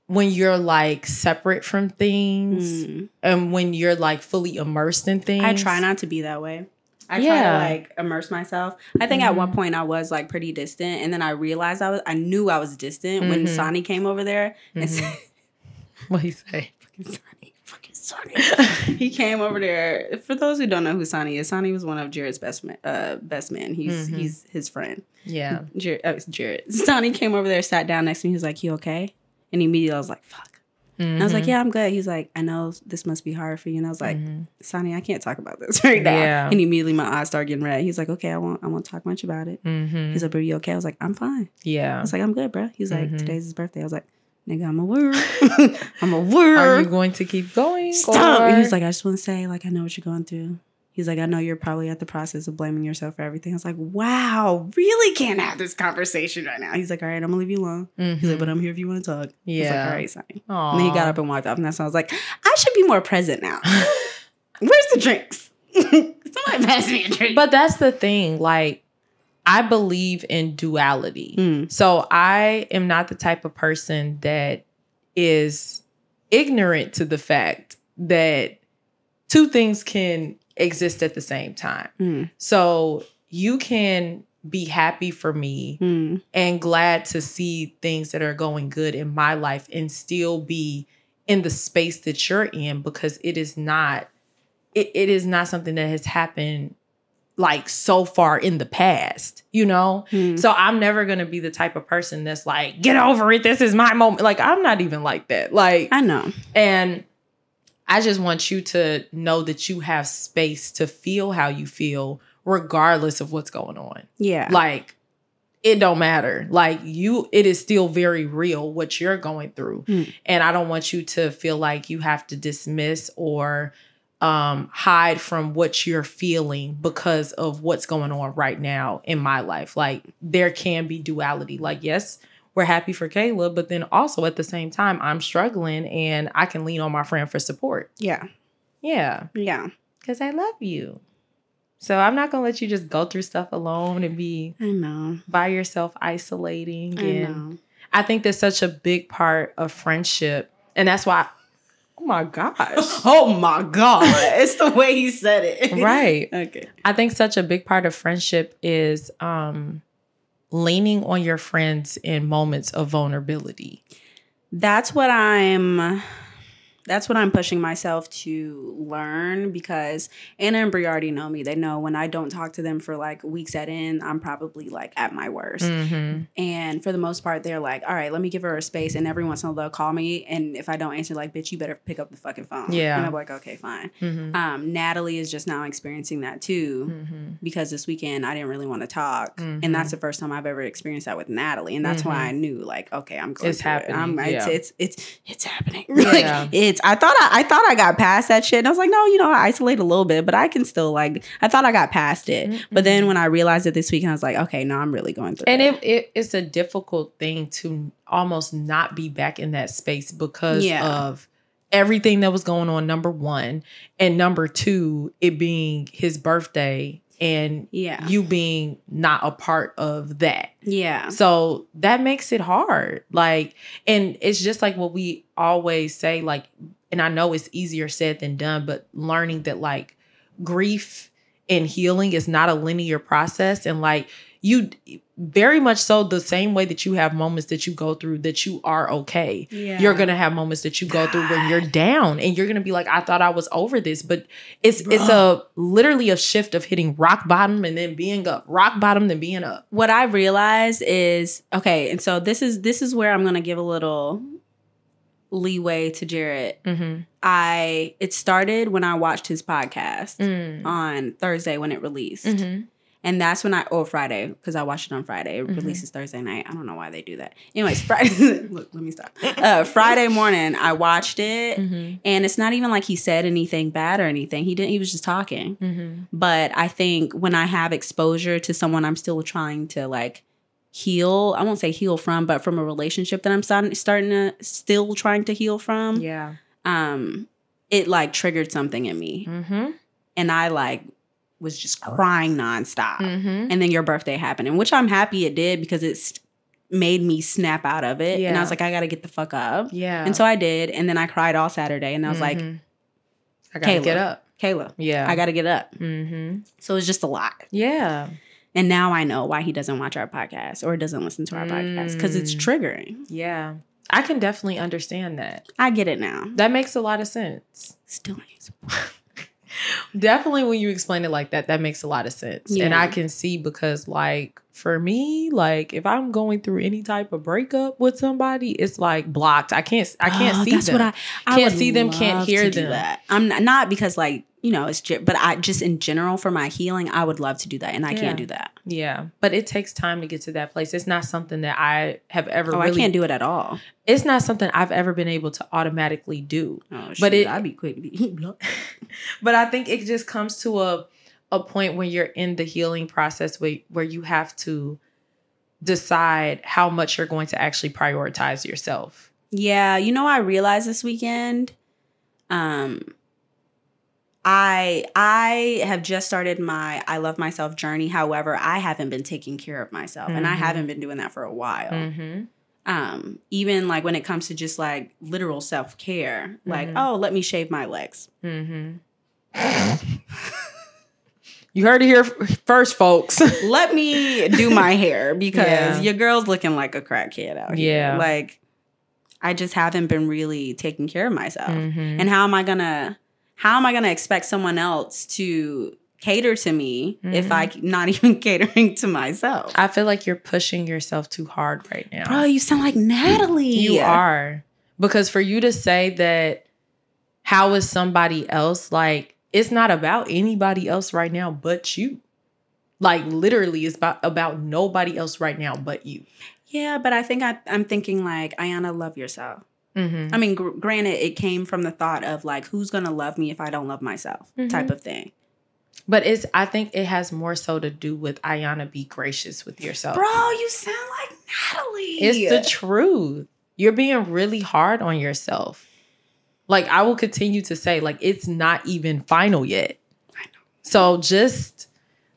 D: when you're like separate from things
G: Mm.
D: and um, when you're like fully immersed in things.
G: I try not to be that way. I try
D: Yeah.
G: to like immerse myself. I think at one point I was like pretty distant, and then I realized I was. I knew I was distant when
D: Mhm.
G: Sonny came over there and
D: Mhm.
G: said,
D: What he say?
G: Sonny, fucking Sonny. he came over there. For those who don't know who Sonny is, Sonny was one of Jared's best ma- uh, best man. He's
D: Mhm.
G: he's his friend.
D: yeah.
G: Jared, uh, it's Jared. Sonny came over there, sat down next to me. He was like, "You okay?" And immediately I was like, "Fuck." And I was like,
D: Mm-hmm.
G: "Yeah, I'm good." He's like, "I know this must be hard for you." And I was like,
D: Mhm.
G: "Sonny, I can't talk about this right now."
D: Yeah.
G: And immediately my eyes start getting red. He's like, "Okay, I won't I won't talk much about it."
D: Mhm.
G: He's like, "Are you okay?" I was like, "I'm fine." I
D: Yeah.
G: was like, "I'm good, bro." He's like,
D: Mhm.
G: "Today's his birthday." I was like, "Nigga, I'm a word. I'm a word."
D: Are you going to keep going?
G: Stop.
D: or-
G: And he's like, I just want to say, like, I know what you're going through. He's like, I know you're probably at the process of blaming yourself for everything. I was like, wow, really can't have this conversation right now. He's like, all right, I'm gonna leave you alone. He's like, but I'm here if you want to talk. I was like, all
D: Mm-hmm. yeah.
G: right, sign. And then he got up and walked off. And that's when I was like, I should be more present now. Where's the drinks? Somebody pass me a drink.
D: But that's the thing. Like, I believe in duality.
G: Mm.
D: So I am not the type of person that is ignorant to the fact that two things can exist at the same time.
G: Mm.
D: So you can be happy for me
G: Mm.
D: and glad to see things that are going good in my life and still be in the space that you're in because it is not it, it is not something that has happened like so far in the past, you know?
G: Mm.
D: So I'm never gonna be the type of person that's like, get over it. This is my moment. Like I'm not even like that. Like
G: I know.
D: and I just want you to know that you have space to feel how you feel, regardless of what's going on.
G: Yeah.
D: Like it don't matter. Like you, it is still very real what you're going through.
G: Mm.
D: And I don't want you to feel like you have to dismiss or um hide from what you're feeling because of what's going on right now in my life. Like there can be duality. Like, yes, we're happy for Kayla, but then also at the same time, I'm struggling and I can lean on my friend for support.
G: yeah.
D: Yeah.
G: Yeah.
D: Cause I love you. So I'm not gonna let you just go through stuff alone and be
G: I know.
D: by yourself isolating
G: I
D: and
G: know.
D: I think that's such a big part of friendship. And that's why Oh my gosh.
G: Oh my God. it's the way he said it.
D: right.
G: Okay.
D: I think such a big part of friendship is um leaning on your friends in moments of vulnerability.
G: That's what I'm that's what I'm pushing myself to learn because Anna and Brie already know me. They know when I don't talk to them for like weeks at end, I'm probably like at my worst.
D: Mm.
G: Mm-hmm. And for the most part, they're like, all right, let me give her a space. And every once in a while, they'll call me. And if I don't answer, like, bitch, you better pick up the fucking phone.
D: Yeah.
G: And I'm like, okay, fine.
D: Mhm.
G: Um, Natalie is just now experiencing that too
D: Mhm.
G: because this weekend I didn't really want to talk.
D: Mhm.
G: And that's the first time I've ever experienced that with Natalie. And that's why I knew, like, okay, I'm going
D: Mm-hmm. It's
G: through it.
D: happening,
G: I'm, it's,
D: yeah.
G: it's, it's, it's happening.
D: Yeah.
G: like, it's, I thought I, I thought I got past that shit. And I was like, no, you know, I isolate a little bit, but I can still, like, I thought I got past
D: Mm-hmm.
G: it. But then when I realized it this weekend, I was like, okay, no, I'm really going through
D: And
G: it.
D: it, it it's a difficult thing to almost not be back in that space because
G: Yeah.
D: of everything that was going on. Number one, and number two, it being his birthday and
G: yeah.
D: you being not a part of that.
G: Yeah.
D: So that makes it hard. Like, and it's just like what we always say, like, and I know it's easier said than done, but learning that like grief and healing is not a linear process. And like, you very much so the same way that you have moments that you go through that you are okay
G: Yeah.
D: you're gonna have moments that you go through when you're down and you're gonna be like i thought i was over this but it's it's a literally a shift of hitting rock bottom and then being up rock bottom then being up
G: what I realize is okay, and so this is this is where I'm gonna give a little leeway to Jarrett.
D: mm-hmm.
G: I it started when I watched his podcast
D: Mm-hmm. Mm.
G: on Thursday when it released. And that's when I or Friday, because I watched it on Friday. It
D: Mhm.
G: releases Thursday night. I don't know why they do that. Anyways, Friday look, let me stop. Uh, Friday morning I watched it
D: Mm-hmm.
G: and it's not even like he said anything bad or anything. He didn't he was just talking
D: Mm-hmm.
G: but i think when i have exposure to someone i'm still trying to like heal i won't say heal from but from a relationship that i'm starting starting to still trying to heal from
D: yeah
G: um it like triggered something in me
D: mm-hmm.
G: and i like was just crying nonstop
D: Mm-hmm.
G: and then your birthday happened and which i'm happy it did because it's made me snap out of it and
D: Yeah.
G: i was like i gotta get the fuck up
D: yeah
G: and so i did and then i cried all saturday and i was like
D: i gotta
G: Kayla.
D: get up
G: kayla
D: Mm-hmm. yeah
G: i gotta get up
D: mm-hmm.
G: so it was just a lot
D: yeah
G: And now I know why he doesn't watch our podcast or doesn't listen to our podcast because it's
D: Mm.
G: triggering.
D: yeah i can definitely understand that
G: I get it now.
D: that makes a lot of sense
G: Still ain't supposed
D: Definitely when you explain it like that, that makes a lot of sense. And
G: Yeah.
D: I can see because like for me, like if I'm going through any type of breakup with somebody, it's like blocked. I can't I can't
G: Oh,
D: see
G: that's
D: them.
G: what I, I
D: Can't
G: would
D: see them, can't
G: love
D: hear
G: to do
D: them.
G: That. I'm not, not because like you know, it's ge- but I just in general for my healing, I would love to do that, and I
D: Yeah.
G: can't do that.
D: Yeah, but it takes time to get to that place. It's not something that I have ever.
G: Oh,
D: really,
G: I can't do it at all.
D: It's not something I've ever been able to automatically do.
G: Oh,
D: But
G: but
D: it-
G: I'd be quick. to be-
D: but I think it just comes to a a point when you're in the healing process where, where you have to decide how much you're going to actually prioritize yourself.
G: yeah, you know, I realized this weekend. Um, I I have just started my I love myself journey. However, I haven't been taking care of myself, and I
D: Mhm.
G: haven't been doing that for a while.
D: Mm-hmm.
G: um even like when it comes to just like literal self-care like
D: Mhm.
G: oh let me shave my legs
D: Mm-hmm. you heard it here f- first, folks.
G: let me do my hair because
D: Yeah.
G: your girl's looking like a crackhead out here
D: Yeah.
G: like i just haven't been really taking care of myself
D: Mhm.
G: and how am i gonna how am i gonna expect someone else to cater to me if
D: Mhm.
G: i c- not even catering to myself
D: I feel like you're pushing yourself too hard right now.
G: bro you sound like natalie
D: You are. Because for you to say that how is somebody else like it's not about anybody else right now but you. Like literally it's about about nobody else right now but you.
G: yeah but i think I, i'm thinking like ayana love yourself I mean, gr- granted, it came from the thought of like, who's gonna love me if I don't love myself,
D: Mm-hmm.
G: type of thing.
D: But it's I think it has more so to do with Ayana be gracious with yourself.
G: Bro, you sound like Natalie.
D: It's the truth. You're being really hard on yourself. Like I will continue to say, like it's not even final yet. So just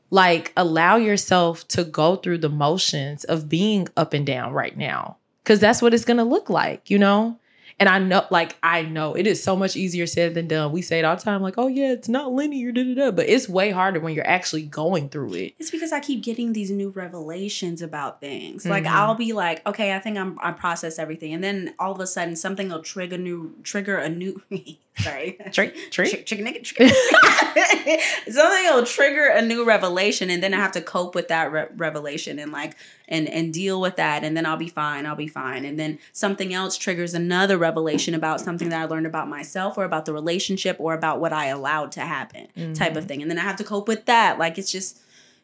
D: like allow yourself to go through the motions of being up and down right now, because that's what it's gonna look like, you know. And I know, like I know, it is so much easier said than done. We say it all the time, like, "Oh yeah, it's not linear," da da da. But it's way harder when you're actually going through it.
G: It's because I keep getting these new revelations about things. Like
D: Mhm.
G: I'll be like, okay, I think I'm I processed everything, and then all of a sudden something will trigger new trigger a new sorry
D: Trick, trick.
G: Chick- chicken nugget, chicken nugget. something will trigger a new revelation and then i have to cope with that re- revelation and like and and deal with that and then i'll be fine i'll be fine and then something else triggers another revelation about something that i learned about myself or about the relationship or about what i allowed to happen type
D: Mm-hmm.
G: of thing and then i have to cope with that like it's just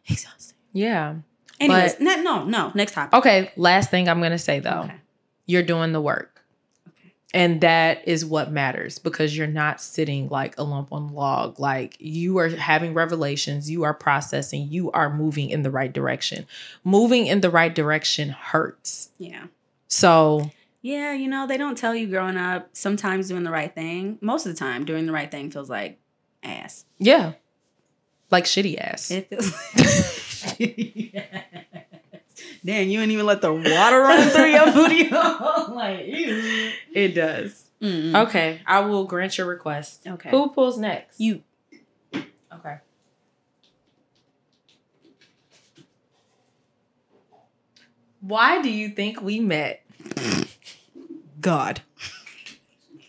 G: exhausting
D: Yeah.
G: anyways
D: But-
G: ne- no no next topic
D: Okay, last thing I'm gonna say though,
G: Okay.
D: you're doing the work,
G: Okay.
D: and that is what matters because you're not sitting like a lump on a log. Like you are having revelations, you are processing, you are moving in the right direction. Moving in the right direction hurts.
G: yeah
D: So
G: yeah you know they don't tell you growing up sometimes doing the right thing most of the time doing the right thing feels like ass
D: yeah, like shitty ass.
G: It feels Damn, you didn't even let the water run through your booty. like, ew.
D: It does.
G: Mm.
D: Okay, I will grant your request.
G: Okay.
D: Who pulls next?
G: You.
D: Okay. Why do you think we met?
G: God.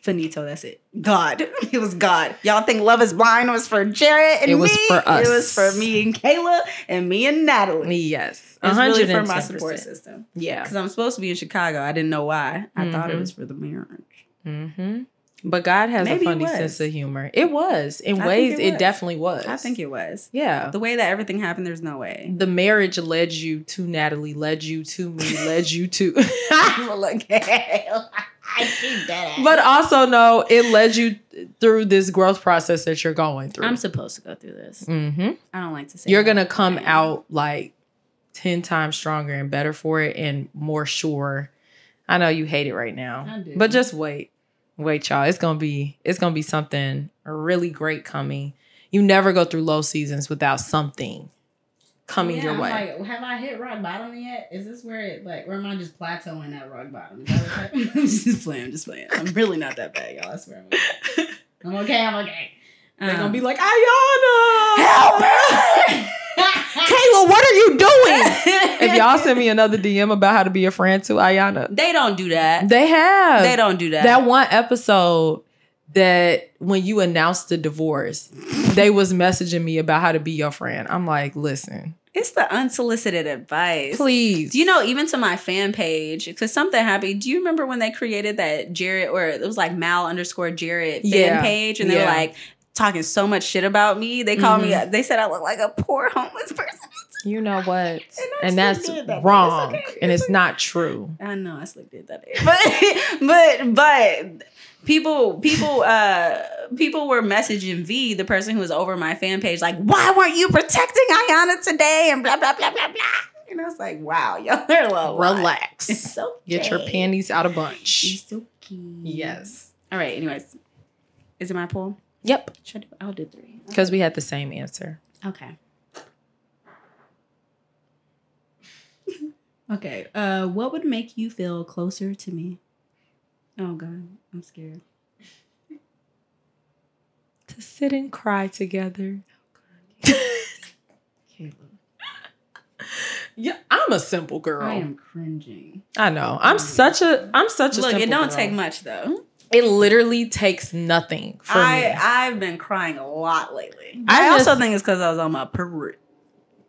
G: Finito, that's it. God. It was God. Y'all think Love is Blind was for Jared and
D: It was
G: me?
D: for us.
G: It was for me and Kayla and me and Natalie.
D: Yes,
G: It was really for my support system.
D: Yeah.
G: Because I'm supposed to be in Chicago. I didn't know why. I thought it
D: Mhm.
G: was for the marriage.
D: Mm-hmm. But God has
G: Maybe
D: a
G: it
D: funny
G: was.
D: sense of humor. It was in
G: I think
D: ways
G: it
D: it,
G: was.
D: definitely was.
G: I think it was.
D: Yeah.
G: The way that everything happened, there's no way.
D: The marriage led you to Natalie, led you to me, led you to. but also, no, it led you through this growth process that you're going through.
G: I'm supposed to go through this.
D: mm-hmm.
G: I don't like to say
D: you're
G: that.
D: gonna come
G: I am.
D: out like 10 times stronger and better for it and more sure i know you hate it right now
G: I do.
D: but just wait wait y'all it's gonna be it's gonna be something really great coming you never go through low seasons without something coming
H: Yeah,
D: your
H: I'm
D: way
H: Like, have I hit rock bottom yet? Is this where it like, or am I just plateauing at rock bottom? Is that what's happening?
G: I'm just playing. I'm just playing. I'm really not that bad, y'all. I swear. Um, I'm okay.
H: I'm okay. I'm okay.
G: They're
D: gonna be like ayana
G: Help
D: kayla what are you doing if y'all send me another dm about how to be a friend to ayana
G: They don't do that.
D: they have
G: They don't do that.
D: that one episode that when you announced the divorce, they was messaging me about how to be your friend. I'm like, listen,
G: it's the unsolicited advice.
D: please.
G: Do you know, even to my fan page, because something happened. Do you remember when they created that Jared, or it was like Mal underscore Jared fan
D: Yeah.
G: page, and they're
D: Yeah.
G: like, talking so much shit about me. They called me.
D: Mhm.
G: They said I look like a poor homeless person.
D: You know what?
G: I
D: And
G: still
D: that's
G: did that. It's
D: wrong.
G: okay.
D: And
G: It's
D: it's not true.
G: I know I slipped it that day, but but but people people uh people were messaging V, the person who was over my fan page, like, why weren't you protecting Ayana today? And blah blah blah blah blah. And I was like, wow, y'all are a little wild.
D: Relax.
G: It's okay.
D: Get your panties out of bunch.
G: It's okay.
D: Yes.
G: All right. Anyways, is it my poll?
D: Yep.
G: Should I do? I'll do three.
D: Because we had the same answer.
G: Okay.
H: Okay.
G: Uh, what would make you feel closer to me? Oh God, I'm scared.
D: To sit and cry together.
H: Caleb.
D: Yeah, I'm a simple girl.
H: I
D: I,
H: am cringing.
D: know. I'm such a I'm such a
G: Look,
D: simple
G: it don't
D: girl.
G: take much though.
D: It literally takes nothing for
G: I
D: me.
G: I've been crying a lot lately.
D: I
G: I,
D: just-
G: also think it's because I was on my period.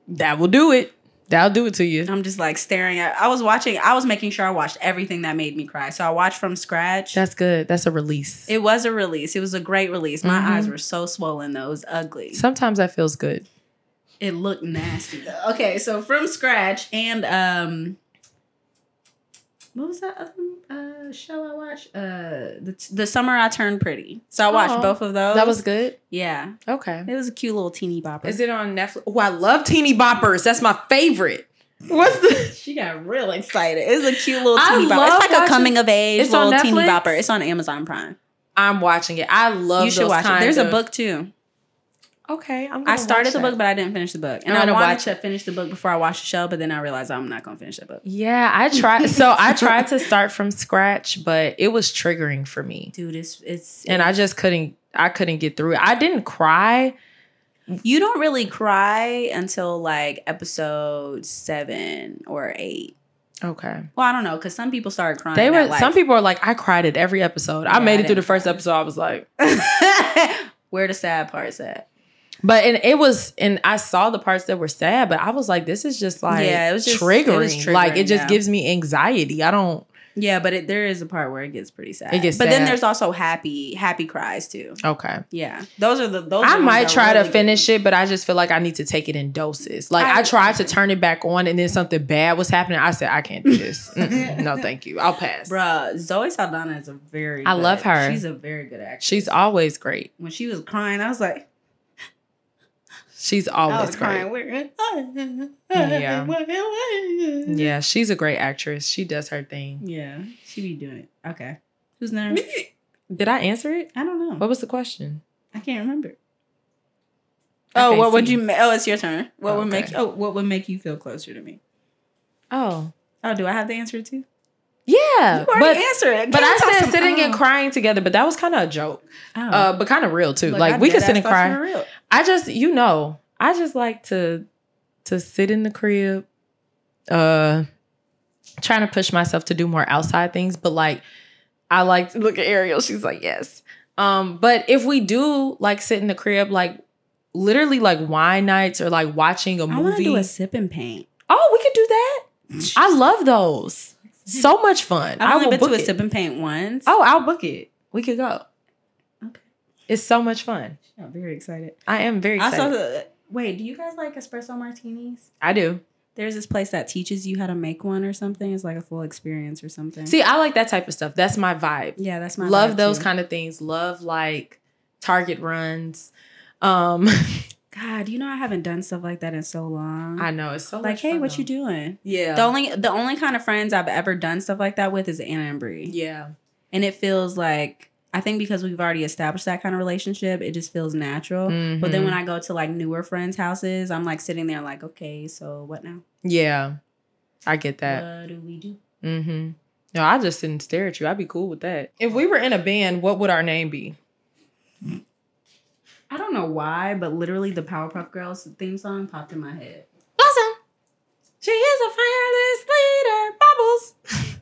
D: that will do it. That'll do it to you.
G: I'm just like staring at. I was watching. I was making sure I watched everything that made me cry. So I watched from scratch.
D: That's good. That's a release.
G: it was a release. It was a great release. My
D: Mhm.
G: eyes were so swollen though. It was ugly.
D: Sometimes that feels good.
G: It looked nasty though. Okay, so from scratch and um what was that other uh show I watched? Uh the, the summer I turned pretty. So I watched
D: Oh,
G: both of those.
D: That was good.
G: yeah.
D: Okay.
G: It was a cute little teeny bopper.
D: Is it on Netflix? Oh, I love teeny boppers. That's my favorite. What's the?
G: she got real excited. It's a cute little
D: I
G: teeny bopper.
D: love
G: It's like a
D: watching-
G: coming of age
D: It's on
G: little teeny
D: Netflix?
G: bopper. It's on Amazon Prime.
D: I'm watching it. I love.
G: you should watch it. There's a
D: book.
G: book too.
D: Okay, I'm.
G: I started the book, but I didn't finish the book. And
D: I'm
G: I
D: gonna
G: wanted
D: watch
G: to finish the book before I watched the show, but then I realized I'm not gonna finish the book.
D: yeah, I tried. so I tried to start from scratch, but it was triggering for me,
G: Dude, it's it's
D: and I just couldn't. I couldn't get through it. I didn't cry.
G: You don't really cry until like episode seven or eight.
D: Okay,
G: Well, I don't know, because some people started crying.
D: they
G: at,
D: were.
G: like-
D: Some people are like, I cried at every episode.
G: Yeah,
D: I made
G: I
D: it through the
G: didn't
D: first
G: cry.
D: episode. I was like,
G: Where the sad parts at?
D: but and it was, and I saw the parts that were sad, but I was like, this is just like,
G: Yeah, it was just- it
D: triggering.
G: was
D: Like it
G: triggering,
D: just
G: yeah.
D: gives me anxiety. I don't.
G: Yeah, but it, there is a part where it gets pretty sad.
D: It gets
G: but then
D: sad.
G: there's also happy, happy cries too.
D: Okay.
G: Yeah, those are the those.
D: I might try to finish it, but I just feel like I need to take it in doses. Like I,
G: I-
D: tried to turn it back on, and then something bad was happening. I said, I can't do this. Mm-mm, no, thank you. I'll pass.
G: Bruh, Zoe Saldana is a very.
D: I love
G: good-
D: her.
G: She's a very good actress.
D: She's always great.
G: when she was crying, I was like,
D: She's
G: I
D: always
G: was
D: Oh, great.
G: Oh, crying. We're-
D: Yeah. Yeah, she's a great actress. She does her thing.
G: Yeah, she be doing it. Okay, who's next?
D: Did I answer it?
G: I don't know.
D: What was the question?
G: I can't remember.
D: I
G: Oh,
D: can't
G: what would
D: see.
G: you? Ma- oh, it's your turn. What would
D: Okay.
G: make? Oh, what would make you feel closer to me?
D: Oh,
G: Oh, do I have the answer too?
D: yeah.
G: You already
D: But
G: answered it.
D: but
G: Can
D: I
G: talk
D: said
G: some-
D: sitting and
G: Oh.
D: crying together. But that was kind of a joke.
G: Oh.
D: Uh, but kind of real too.
G: Look,
D: like
G: I
D: we could
G: dead
D: sit and
G: ass thought
D: cry.
G: you were real.
D: I just, you know, I just like to to sit in the crib, uh trying to push myself to do more outside things, but like I like look at Ariel, she's like, "Yes." Um but if we do like sit in the crib like literally like wine nights or like watching a
G: I want to
D: movie.
G: do a sip and paint.
D: oh, we could do that. I love those. So much fun.
G: I've
D: I
G: only
D: will
G: been
D: book
G: to a
D: it.
G: sip and paint once.
D: oh, I'll book it. We could go.
G: Okay.
D: It's so much fun.
G: I'm very excited.
D: I am very excited.
G: Also, uh, wait, do you guys like espresso martinis?
D: I do.
G: There's this place that teaches you how to make one or something. It's like a full experience or something.
D: See, I like that type of stuff. That's my vibe.
G: yeah, that's my
D: love
G: vibe,
D: those
G: too.
D: kind of things love like target runs um
G: God, you know I haven't done stuff like that in so long.
D: i know it's so
G: Mm-hmm. like,
D: much
G: hey,
D: fun,
G: what
D: though.
G: you doing?
D: yeah
G: The only the only kind of friends I've ever done stuff like that with is Anna and Bree.
D: yeah
G: And it feels like I think because we've already established that kind of relationship, it just feels natural. But
D: Mm-hmm.
G: then when I go to like newer friends' houses, I'm like sitting there like, okay, so what now?
D: yeah i get that
G: What do we do?
D: mm-hmm no i just sit and stare at you i'd be cool with that if we were in a band what would our name be
G: I don't know why, but literally the Powerpuff Girls theme song popped in my head.
D: blossom she is a fearless leader bubbles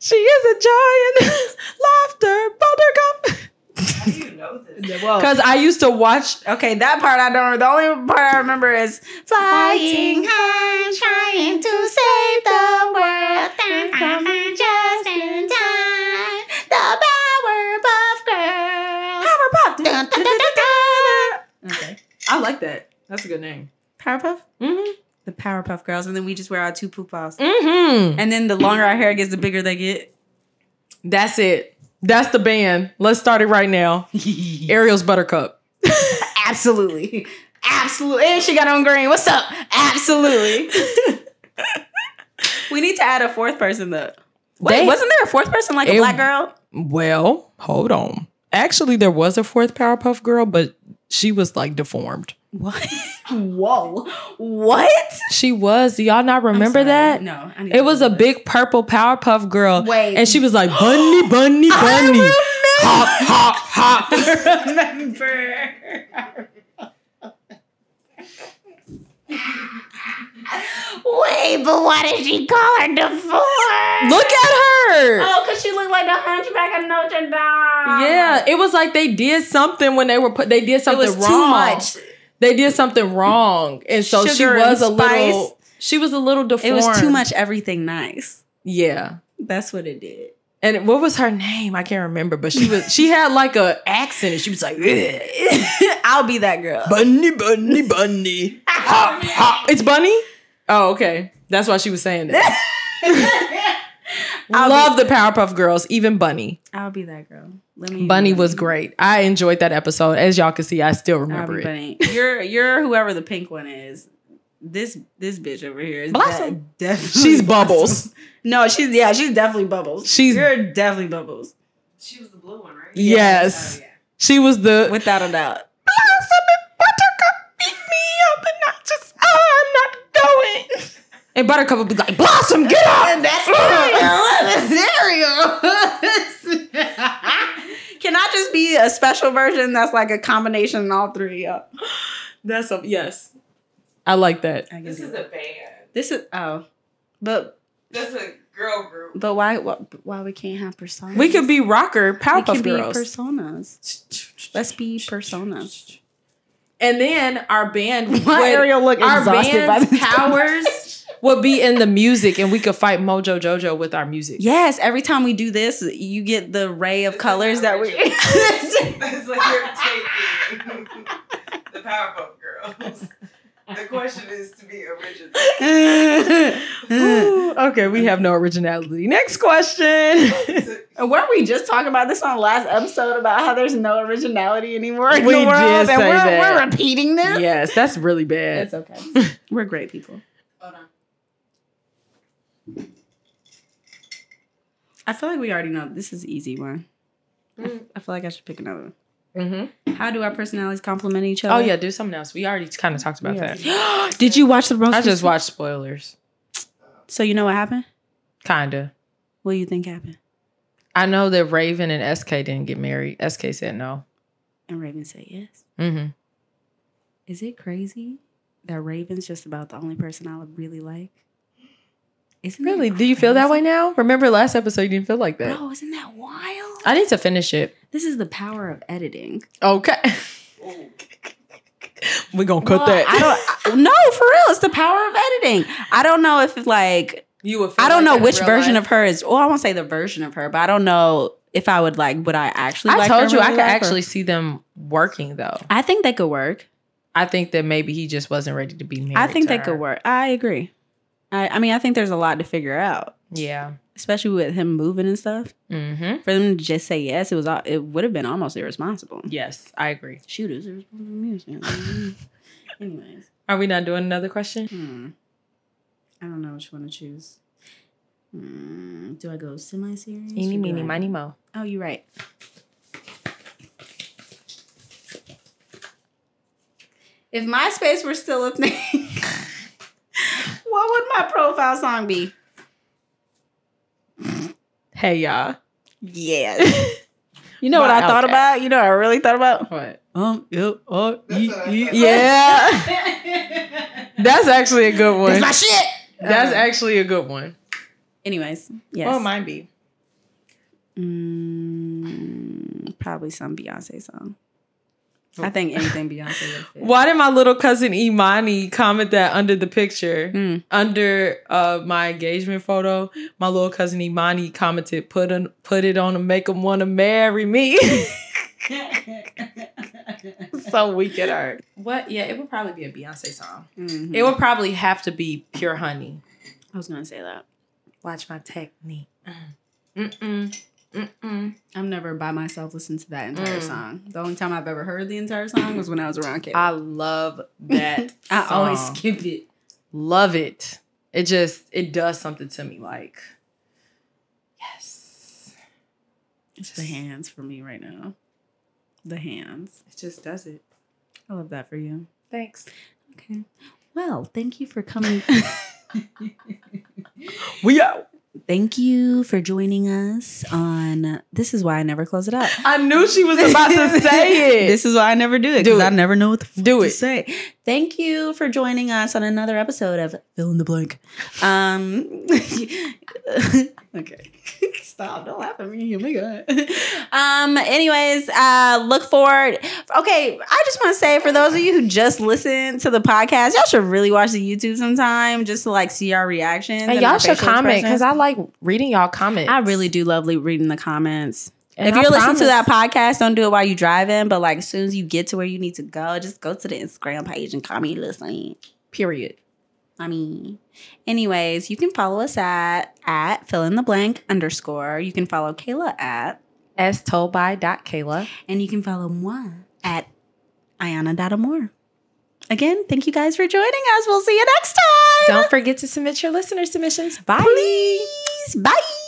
D: she is a giant laughter buttercup because i used to watch
G: Okay, that part I don't. The only part I remember is flying high, trying to save the world.
E: I'm coming just in time. The Powerpuff Girls.
G: Powerpuff.
E: Dun, dun, dun, dun, dun.
H: I like that. That's a good name.
G: Powerpuff?
D: Mm-hmm.
G: The Powerpuff Girls. And then we just wear our two poop balls.
D: Mm-hmm.
G: And then the longer our hair gets, the bigger they get.
D: That's it. That's the band. Let's start it right now. Ariel's Buttercup.
G: Absolutely. Absolutely. And she got on green. What's up? Absolutely. we need to add a fourth person though. Wait,
D: They-
G: wasn't there a fourth person like a
D: It-
G: black girl?
D: Well, hold on. Actually, there was a fourth Powerpuff Girl, but she was like deformed.
G: What? Whoa. What?
D: She was. Do y'all not remember
G: I'm sorry.
D: that?
G: No. I need
D: It
G: to
D: was a
G: Google this.
D: big purple Powerpuff Girl.
G: Wait.
D: And she was like, bunny, bunny, bunny. Hop, hop, hop.
G: remember.
A: Wait, but why did she call her deformed?
D: Look at her.
G: Oh, because she looked like the hunchback of Notre Dame.
D: Yeah, it was like they did something when they were put. They did
G: It
D: something
G: was
D: wrong.
G: too much.
D: They did something wrong, and so
G: Sugar
D: she
G: and
D: was a
G: spice.
D: little. She was a little
G: It
D: deformed.
G: was too much everything nice.
D: Yeah,
G: That's what it did.
D: and what was her name? I can't remember, but she was. she had like a accent, and she was like, "Ugh,
G: I'll be that girl.
D: "Bunny, bunny, bunny, hop, hop." It's bunny. Oh, okay. That's why she was saying that. I love the Powerpuff Girls, even Bunny.
G: I'll be that girl. Let me
D: Bunny was great. I enjoyed that episode. As y'all can see, I still
G: I'll
D: remember
G: be
D: it.
G: Bunny. You're you're whoever the pink one is. This this bitch over here is
D: Blossom.
G: de- definitely
D: She's
G: Blossom.
D: Bubbles.
G: No, she's yeah, she's definitely bubbles.
D: She's
G: You're definitely bubbles.
J: She was the blue one, right?
D: Yes. She was the
G: Oh, Without a doubt.
D: oh, and Buttercup would be like, Blossom, get up!
A: That's cereal.
G: Can I just be a special version that's like a combination of all three? Yeah.
D: That's a yes. I like that.
G: I
J: This is a band.
G: this is oh. But
J: That's a girl group.
G: but why why, why we can't have personas?
D: We could be rocker
G: we
D: Powerpuff
G: could be
D: Girls,
G: personas. Let's be personas.
D: and then our band
G: Why
D: would
G: Ariel look
D: our
G: exhausted by
D: band's
G: this
D: powers would be in the music, and we could fight Mojo Jojo with our music.
G: Yes, every time we do this, you get the ray of
J: This is
G: colors that we.
J: That's like you're taking the Powerpuff Girls. The question is to be original.
G: Weren't
D: Ooh, okay, we have no originality. Next question.
G: we just talking about this on the last episode about how there's no originality anymore in
D: We
G: the world,
D: did
G: and
D: say
G: we're,
D: that.
G: we're repeating this?
D: yes, that's really bad.
G: It's okay. we're great people.
J: Hold on.
G: I feel like we already know this is an easy one. I
D: Mm.
G: f- I feel like I should pick another
D: Mm-hmm.
G: one. How do our personalities complement each
D: Oh
G: other?
D: yeah, do something else. We already kind of talked about
G: Yeah.
D: that.
G: Did you watch the roast?
D: I just watched spoilers.
G: So you know what happened?
D: Kinda.
G: What do you think happened?
D: I know that Raven and SK didn't get married. SK said no.
G: And Raven said yes.
D: Mm-hmm.
G: Is it crazy that Raven's just about the only person I would really like? Isn't that
D: Really? Do you feel that way
G: crazy?
D: now? Remember last episode you didn't feel like that.
G: Bro, isn't that wild?
D: I need to finish it.
G: this is the power of editing.
D: Okay. We're gonna cut
G: Well,
D: that.
G: I don't. I- no, for real, it's the power of editing. I don't know if like
D: you would
G: I don't know which version of her is. Well, I won't say the version of her, but I don't know if I would like. Would I actually?
D: I
G: like her
D: told you
G: in
D: I
G: real
D: could
G: life or-
D: actually see them working though.
G: I think they could work.
D: I think that maybe he just wasn't ready to be married.
G: I think
D: to
G: they could
D: her.
G: work. I agree. I, I mean, I think there's a lot to figure out,
D: Yeah.
G: especially with him moving and stuff.
D: Mm-hmm.
G: For them to just say yes, it was all. it would have been almost irresponsible.
D: Yes, I agree.
G: Shoot, it's irresponsible music. Anyways,
D: Are we not doing another question?
G: hmm. I don't know which one to choose. Hmm. Do I go semi-serious?
D: Eeny,
G: or do
D: meeny,
G: I-
D: miny, mo.
G: Oh, you're right. If MySpace were still a thing, what would my profile song be?
D: Hey y'all.
G: Yeah. You know what I
D: By
G: thought
D: Outkast.
G: about? You know what I really thought about?
D: What?
G: Um, yep, uh,
J: That's what I thought.
D: Yeah. That's actually a good one.
A: That's my shit.
D: That's
G: Um,
D: actually a good one.
G: Anyways, yes.
D: What would Oh, mine be?
G: Mm, probably some Beyonce song.
D: Oh.
G: I think anything Beyonce would fit.
D: Why did my little cousin Imani comment that under the picture?
G: Mm.
D: Under uh, my engagement photo, my little cousin Imani commented, "Put on, put it on, and make him want to marry me."
H: so weak at art.
D: What? Yeah, it would probably be a Beyonce song.
G: Mhm.
D: It would probably have to be Pure Honey.
G: I was gonna say that.
D: Watch my technique. Mm-mm. Mm-mm.
G: I've never by myself listened to that entire
D: Mm.
G: song. The only time I've ever heard the entire song was when I was around kids. I,
D: I love that.
G: always
D: song.
G: skip it.
D: love it. It just it does something to me. Like yes,
G: It's the hands for me right now. The hands. It just does it. I love that for you.
D: thanks.
G: Okay. Well, thank you for coming.
D: We out.
G: thank you for joining us on This Is Why I Never Close It Up.
D: I knew she was about to say it.
G: This is why I never do it
D: Do
G: because I
D: it.
G: never know what the f-
D: Do
G: to
D: it.
G: say. Thank you for joining us on another episode of Fill in the Blank. Um, okay, stop! Don't laugh at me. Oh my god. Um. Anyways, uh, look forward. Okay, I just want to say for those of you who just listened to the podcast, y'all should really watch the YouTube sometime just to like see our reactions
D: and
G: our
D: y'all should
G: facial
D: comment because
G: expressions.
D: I like reading y'all comments.
G: I really do love le- reading the comments
D: And
G: if
D: I
G: you're listening to that
D: promise-
G: podcast, don't do it while you're driving. But like, as soon as you get to where you need to go, just go to the Instagram page and call me listening.
D: period.
G: I mean, anyways, you can follow us at at fill in the blank underscore. You can follow Kayla at,
D: As told by dot Kayla.
G: and you can follow moi at Ayana.amore. Again, thank you guys for joining us. We'll see you next time.
D: Don't forget to submit your listener submissions. Bye.
G: Please. Bye.